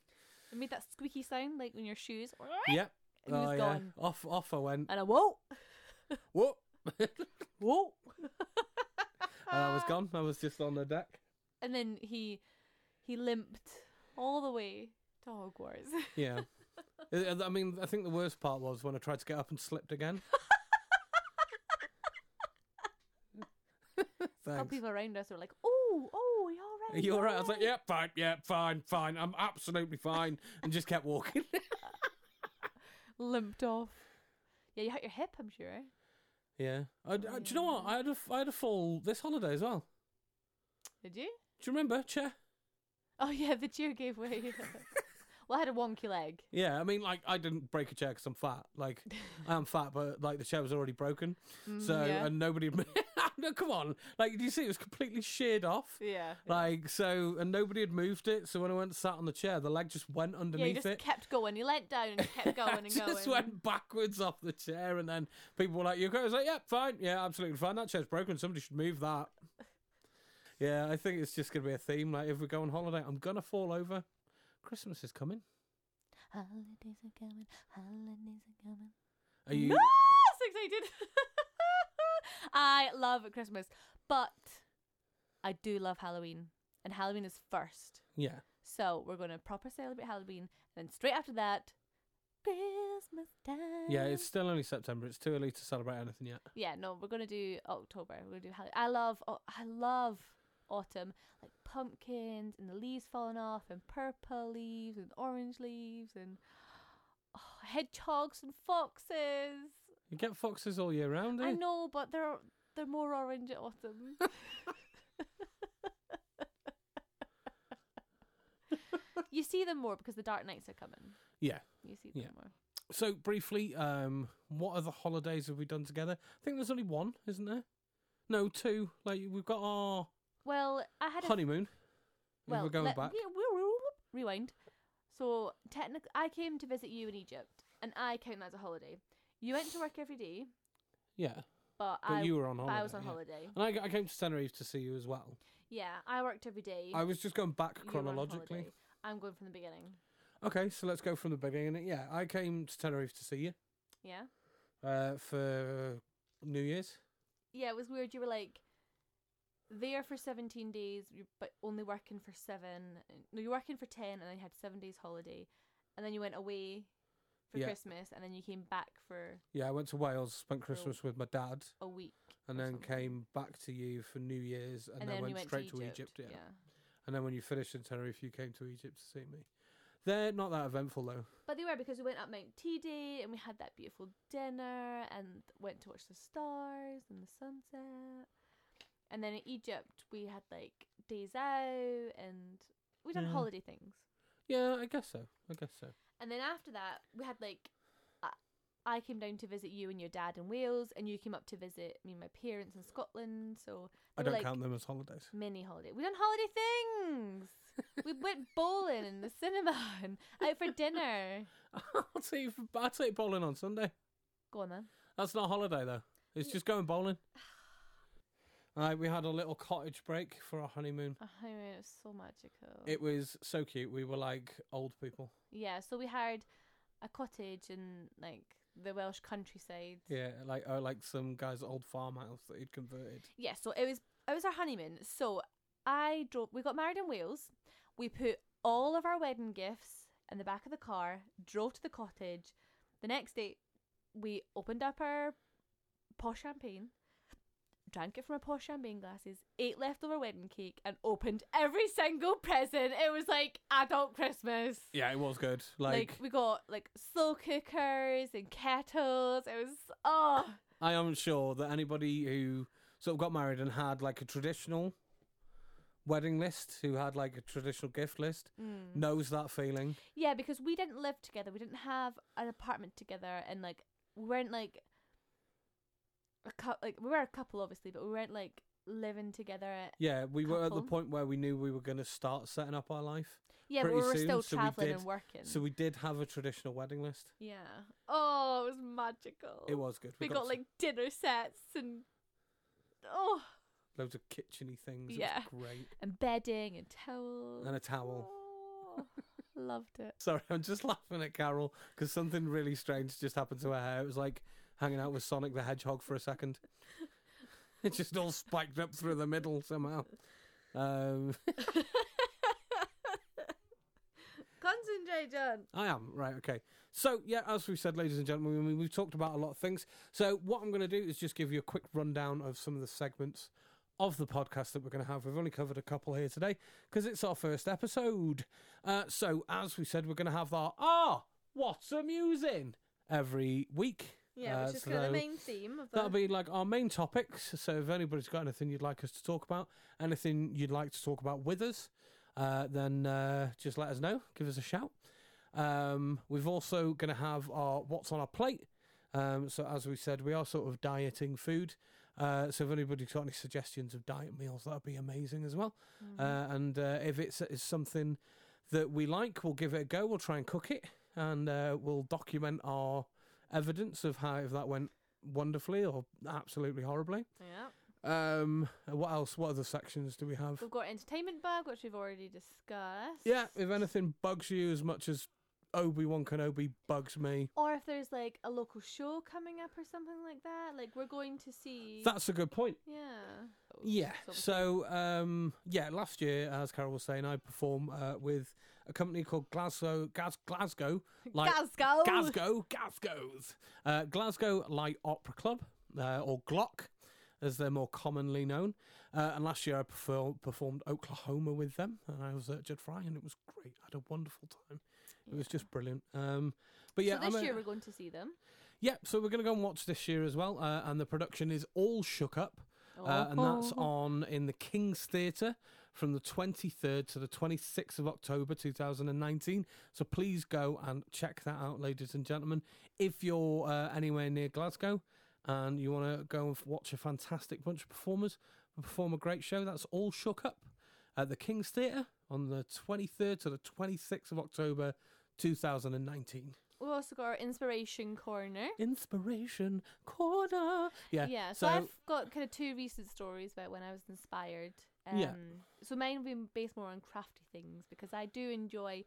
[SPEAKER 2] It made that squeaky sound like when your shoes.
[SPEAKER 1] Yep. Oh,
[SPEAKER 2] And he was gone.
[SPEAKER 1] Off off I went.
[SPEAKER 2] And I whoa,
[SPEAKER 1] Whoop.
[SPEAKER 2] whoa.
[SPEAKER 1] And I was gone. I was just on the deck.
[SPEAKER 2] And then he he limped all the way to Hogwarts.
[SPEAKER 1] Yeah. I I mean, I think the worst part was when I tried to get up and slipped again.
[SPEAKER 2] Some
[SPEAKER 1] Thanks.
[SPEAKER 2] people around us were like, "Oh, oh, you're all
[SPEAKER 1] Are
[SPEAKER 2] right."
[SPEAKER 1] you all
[SPEAKER 2] you're
[SPEAKER 1] right? I was like,
[SPEAKER 2] all right."
[SPEAKER 1] yep, fine, yep, fine, fine. I'm absolutely fine. And just kept walking.
[SPEAKER 2] Limped off. Yeah, you hurt your hip, I'm sure.
[SPEAKER 1] Yeah. I, I- do you know what? I had, a, I had a fall this holiday as well.
[SPEAKER 2] Did you?
[SPEAKER 1] Do you remember, chair?
[SPEAKER 2] Oh yeah, the chair gave way. well, I had a wonky leg.
[SPEAKER 1] Yeah, I mean, like, I didn't break a chair 'cause I'm fat. Like, I am fat, but, like, the chair was already broken. So,
[SPEAKER 2] Mm, yeah.
[SPEAKER 1] and nobody. no, come on. Like, do you see it was completely sheared off?
[SPEAKER 2] Yeah.
[SPEAKER 1] Like so, and nobody had moved it. So when I went and sat on the chair, the leg just went
[SPEAKER 2] yeah, you
[SPEAKER 1] underneath
[SPEAKER 2] just
[SPEAKER 1] it.
[SPEAKER 2] kept going. You leant down and kept going and
[SPEAKER 1] I just
[SPEAKER 2] going.
[SPEAKER 1] went backwards off the chair, and then people were like, "You okay?" I was like, "Yeah, fine. Yeah, absolutely fine. That chair's broken. Somebody should move that." yeah, I think it's just gonna be a theme. Like if we go on holiday, I'm gonna fall over. Christmas is coming.
[SPEAKER 2] Holidays are coming. Holidays are coming.
[SPEAKER 1] Are you?
[SPEAKER 2] No! So excited. I love Christmas, but I do love Halloween, and Halloween is first.
[SPEAKER 1] Yeah.
[SPEAKER 2] So we're gonna proper celebrate Halloween, and then straight after that, Christmas time.
[SPEAKER 1] Yeah. It's still only September. It's too early to celebrate anything yet.
[SPEAKER 2] Yeah, no, we're gonna do October. We're gonna do Halloween. I love, oh, I love autumn, like pumpkins and the leaves falling off, and purple leaves and orange leaves, and oh, hedgehogs and foxes.
[SPEAKER 1] You get foxes all year round. eh? do
[SPEAKER 2] I
[SPEAKER 1] you?
[SPEAKER 2] know, but they're they're more orange at autumn. you see them more because the dark nights are coming.
[SPEAKER 1] Yeah.
[SPEAKER 2] You see them
[SPEAKER 1] Yeah.
[SPEAKER 2] more.
[SPEAKER 1] So briefly, um, what other holidays have we done together? I think there's only one, isn't there? No, two. Like we've got our
[SPEAKER 2] Well, I had a
[SPEAKER 1] honeymoon. if
[SPEAKER 2] Well,
[SPEAKER 1] we're going
[SPEAKER 2] let-
[SPEAKER 1] back.
[SPEAKER 2] yeah, woo- woo- woo- Rewind. So technically, I came to visit you in Egypt, and I count that as a holiday. You went to work every day,
[SPEAKER 1] Yeah, but
[SPEAKER 2] but, I
[SPEAKER 1] you were on
[SPEAKER 2] but
[SPEAKER 1] holiday.
[SPEAKER 2] I was on
[SPEAKER 1] yeah.
[SPEAKER 2] holiday.
[SPEAKER 1] And I, g- I came to Tenerife to see you as well.
[SPEAKER 2] Yeah, I worked every day.
[SPEAKER 1] I was just going back
[SPEAKER 2] you were on
[SPEAKER 1] chronologically.
[SPEAKER 2] holiday. I'm going from the beginning.
[SPEAKER 1] Okay, so let's go from the beginning. Yeah, I came to Tenerife to see you
[SPEAKER 2] Yeah,
[SPEAKER 1] uh, for New Year's.
[SPEAKER 2] yeah. It was weird. You were like there for 17 days, you- but only working for seven. No, you're working for 10, and then you had seven days holiday, and then you went away for
[SPEAKER 1] Yeah.
[SPEAKER 2] Christmas, and then you came back for
[SPEAKER 1] Yeah, I went to Wales, spent Christmas with my dad,
[SPEAKER 2] a week,
[SPEAKER 1] and
[SPEAKER 2] Or
[SPEAKER 1] then
[SPEAKER 2] something.
[SPEAKER 1] came back to you for New Year's, and,
[SPEAKER 2] and,
[SPEAKER 1] then,
[SPEAKER 2] then,
[SPEAKER 1] went
[SPEAKER 2] you went
[SPEAKER 1] straight
[SPEAKER 2] to
[SPEAKER 1] to
[SPEAKER 2] Egypt.
[SPEAKER 1] Egypt. yeah.
[SPEAKER 2] yeah.
[SPEAKER 1] And then when you finished in Tenerife, you came to Egypt to see me. They're not that eventful though.
[SPEAKER 2] But they were because we went up Mount Teede and we had that beautiful dinner and went to watch the stars and the sunset. And then in Egypt we had like days out and we done
[SPEAKER 1] Yeah.
[SPEAKER 2] holiday things.
[SPEAKER 1] Yeah, I guess so. I guess so.
[SPEAKER 2] And then after that we had like I- I came down to visit you and your dad in Wales and you came up to visit me and my parents in Scotland. So
[SPEAKER 1] I
[SPEAKER 2] They were
[SPEAKER 1] don't
[SPEAKER 2] like-
[SPEAKER 1] count them as holidays.
[SPEAKER 2] mini holiday. We done holiday things. we went bowling in the cinema and out for dinner.
[SPEAKER 1] I'll take you for, I'll take bowling on Sunday.
[SPEAKER 2] Go on then.
[SPEAKER 1] That's not a holiday though. It's just going bowling. Uh, we had a little cottage break for our honeymoon.
[SPEAKER 2] Oh, I mean, it was so magical.
[SPEAKER 1] It was so cute. We were like old people.
[SPEAKER 2] Yeah, so we hired a cottage in like the Welsh countryside.
[SPEAKER 1] Yeah, like oh, like some guy's old farmhouse that he'd converted.
[SPEAKER 2] Yeah, so it was it was our honeymoon. So I drove. We got married in Wales. We put all of our wedding gifts in the back of the car, drove to the cottage. The next day, we opened up our posh champagne, drank it from our posh champagne glasses, ate leftover wedding cake, and opened every single present. It was like adult Christmas.
[SPEAKER 1] Yeah, it was good.
[SPEAKER 2] Like,
[SPEAKER 1] Like,
[SPEAKER 2] we got like slow cookers and kettles. It was oh
[SPEAKER 1] I am sure that anybody who sort of got married and had like a traditional wedding list, who had like a traditional gift list,
[SPEAKER 2] Mm.
[SPEAKER 1] knows that feeling.
[SPEAKER 2] yeah, because we didn't live together. We didn't have an apartment together, and like we weren't like a couple. Like we were a couple, obviously, but we weren't like living together.
[SPEAKER 1] Yeah, we were at the
[SPEAKER 2] Couple.
[SPEAKER 1] point where we knew we were going to start setting up our life.
[SPEAKER 2] Yeah, but
[SPEAKER 1] Pretty
[SPEAKER 2] we were
[SPEAKER 1] soon,
[SPEAKER 2] still
[SPEAKER 1] so we
[SPEAKER 2] traveling
[SPEAKER 1] did-
[SPEAKER 2] and working.
[SPEAKER 1] So we did have a traditional wedding list.
[SPEAKER 2] yeah. Oh, it was magical.
[SPEAKER 1] It was good.
[SPEAKER 2] We, got,
[SPEAKER 1] s-
[SPEAKER 2] like dinner sets and oh,
[SPEAKER 1] loads of kitcheny things. Yeah,
[SPEAKER 2] Yeah.
[SPEAKER 1] great.
[SPEAKER 2] and bedding and towels.
[SPEAKER 1] And a towel.
[SPEAKER 2] Oh, loved it.
[SPEAKER 1] Sorry, I'm just laughing at Carol because something really strange just happened to her hair. It was like hanging out with Sonic the Hedgehog for a second. It just all spiked up through the middle somehow. Um,
[SPEAKER 2] Concentrate, John.
[SPEAKER 1] I am right. Okay. So yeah, as we said, ladies and gentlemen, I mean, we've talked about a lot of things. So what I'm going to do is just give you a quick rundown of some of the segments of the podcast that we're going to have. We've only covered a couple here today because it's our first episode. Uh, so as we said, we're going to have our ah, what's amusing every week.
[SPEAKER 2] Yeah,
[SPEAKER 1] Uh,
[SPEAKER 2] which is kind of
[SPEAKER 1] so
[SPEAKER 2] the main theme of the.
[SPEAKER 1] That'll be like our main topics. So if anybody's got anything you'd like us to talk about, anything you'd like to talk about with us, uh, then uh, just let us know. Give us a shout. Um, we've also going to have our what's on our plate. Um, so as we said, we are sort of dieting food. Uh, so if anybody's got any suggestions of diet meals, that'd be amazing as well.
[SPEAKER 2] Hmm.
[SPEAKER 1] Uh, and uh, if it's, it's something that we like, we'll give it a go. We'll try and cook it, and uh, we'll document our evidence of how if that went wonderfully or absolutely horribly.
[SPEAKER 2] yeah.
[SPEAKER 1] Um, what else? What other sections do we have?
[SPEAKER 2] We've got entertainment bug, which we've already discussed.
[SPEAKER 1] Yeah, if anything bugs you as much as Obi Wan Kenobi bugs me,
[SPEAKER 2] Or if there's like a local show coming up or something like that, like we're going to see.
[SPEAKER 1] that's a good point.
[SPEAKER 2] yeah.
[SPEAKER 1] Yeah.
[SPEAKER 2] Sort of
[SPEAKER 1] So, um, yeah, last year, as Carol was saying, I performed uh, with a company called Glasgow Glas- Glasgow Light
[SPEAKER 2] Glasgow. Oh.
[SPEAKER 1] Glasgow Glasgow's uh, Glasgow Light Opera Club uh, or Glock, as they're more commonly known. Uh, and last year, I perform- performed Oklahoma with them, and I was at Jed Fry, and it was great. I had a wonderful time. It was just brilliant. Um, but yeah,
[SPEAKER 2] so this
[SPEAKER 1] I'm a-
[SPEAKER 2] year we're going to see them.
[SPEAKER 1] yeah, so we're going to go and watch this year as well. Uh, and the production is all shook up. Uh, and that's
[SPEAKER 2] Oh.
[SPEAKER 1] on in the King's Theatre from the 23rd to the 26th of October 2019. So please go and check that out, ladies and gentlemen. If you're uh, anywhere near Glasgow and you want to go and f- watch a fantastic bunch of performers and perform a great show, that's all shook up at the King's Theatre on the 23rd to the 26th of October 2019.
[SPEAKER 2] We've also got our inspiration corner.
[SPEAKER 1] Inspiration Corner. Yeah.
[SPEAKER 2] Yeah, so, I've got kind of two recent stories about when I was inspired. Um,
[SPEAKER 1] Yeah.
[SPEAKER 2] So mine will be based more on crafty things because I do enjoy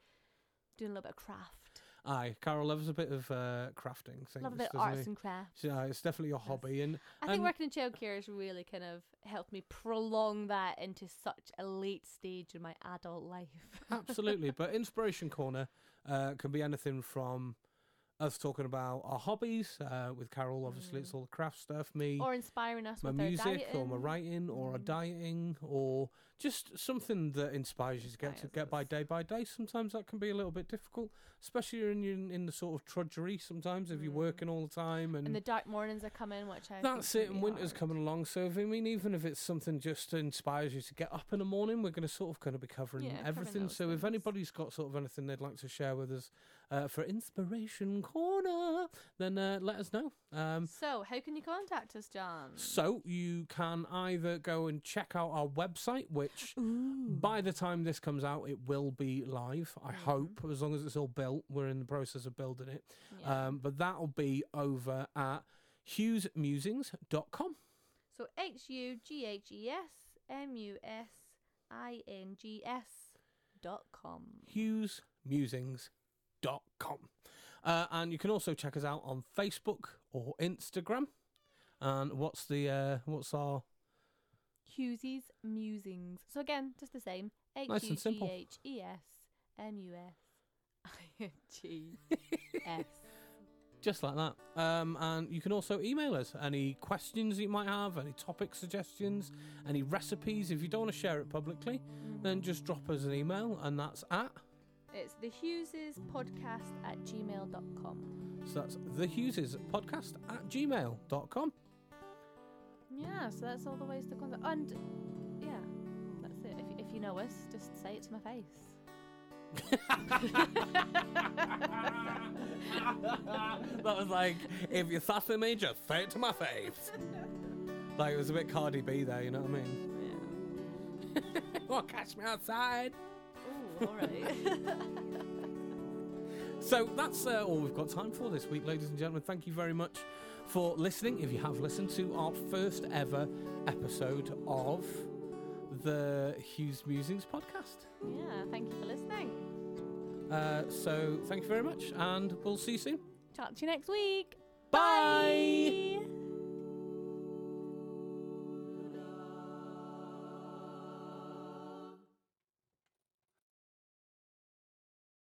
[SPEAKER 2] doing a little bit of craft,
[SPEAKER 1] Aye, Carol loves a bit of uh, crafting things.
[SPEAKER 2] a little bit of
[SPEAKER 1] doesn't
[SPEAKER 2] arts
[SPEAKER 1] he?
[SPEAKER 2] and crafts.
[SPEAKER 1] So, uh, it's definitely your hobby, and
[SPEAKER 2] I think
[SPEAKER 1] And-
[SPEAKER 2] working in childcare has really kind of helped me prolong that into such a late stage in my adult life.
[SPEAKER 1] absolutely. but inspiration corner uh, can be anything from us talking about our hobbies uh, with Carol. Obviously, it's all the craft stuff. Me,
[SPEAKER 2] Mm. or inspiring us
[SPEAKER 1] my
[SPEAKER 2] with
[SPEAKER 1] music,
[SPEAKER 2] our dieting. Mm.
[SPEAKER 1] or my writing, or our dieting, or just something that inspires you to get to
[SPEAKER 2] Inspires
[SPEAKER 1] get by
[SPEAKER 2] us.
[SPEAKER 1] day by day. Sometimes that can be a little bit difficult, especially in in, in the sort of trudgery. Sometimes if you're
[SPEAKER 2] Mm.
[SPEAKER 1] working all the time and
[SPEAKER 2] And the dark mornings are coming, which I think
[SPEAKER 1] That's
[SPEAKER 2] can
[SPEAKER 1] it,
[SPEAKER 2] be
[SPEAKER 1] and winter's
[SPEAKER 2] hard.
[SPEAKER 1] coming along. So, if, I mean, even if it's something just to inspires you to get up in the morning, we're going to sort of going to be covering
[SPEAKER 2] Yeah, covering
[SPEAKER 1] everything.
[SPEAKER 2] those
[SPEAKER 1] So, if
[SPEAKER 2] things.
[SPEAKER 1] anybody's got sort of anything they'd like to share with us uh, for Inspiration Corner, then uh, let us know. Um,
[SPEAKER 2] So, how can you contact us, John?
[SPEAKER 1] so, you can either go and check out our website, which by the time this comes out, it will be live, I
[SPEAKER 2] Mm-hmm.
[SPEAKER 1] hope, as long as it's all built. We're in the process of building it.
[SPEAKER 2] Yeah.
[SPEAKER 1] Um, but that'll be over at hughesmusings.com.
[SPEAKER 2] so H U G H E S M U S I N G S dot com.
[SPEAKER 1] hughesmusings.com. Uh, and you can also check us out on Facebook or Instagram. And what's the uh, what's our
[SPEAKER 2] Hughesy's Musings. So again, just the same. H
[SPEAKER 1] Nice
[SPEAKER 2] U
[SPEAKER 1] and simple.
[SPEAKER 2] G H E S M U S I N G S.
[SPEAKER 1] Just like that. Um, and you can also email us any questions you might have, any topic suggestions, any recipes. If you don't want to share it publicly, then just drop us an email, and that's at.
[SPEAKER 2] It's the Hugheses podcast at gmail.com.
[SPEAKER 1] So that's the Hugheses podcast at gmail.com.
[SPEAKER 2] Yeah, so that's all the ways to contact. And yeah, that's it. If, if you know us, just say it to my face.
[SPEAKER 1] that was like, if you're sassing me, just say it to my face. Like, it was a bit Cardi B there, you know what I mean? Or catch me outside.
[SPEAKER 2] Ooh, all right.
[SPEAKER 1] So that's uh, all we've got time for this week, ladies and gentlemen. Thank you very much for listening. If you have listened to our first ever episode of the Hughes Musings podcast.
[SPEAKER 2] yeah, thank you for listening.
[SPEAKER 1] Uh, so thank you very much, and we'll see you soon.
[SPEAKER 2] Talk to you next week.
[SPEAKER 1] Bye.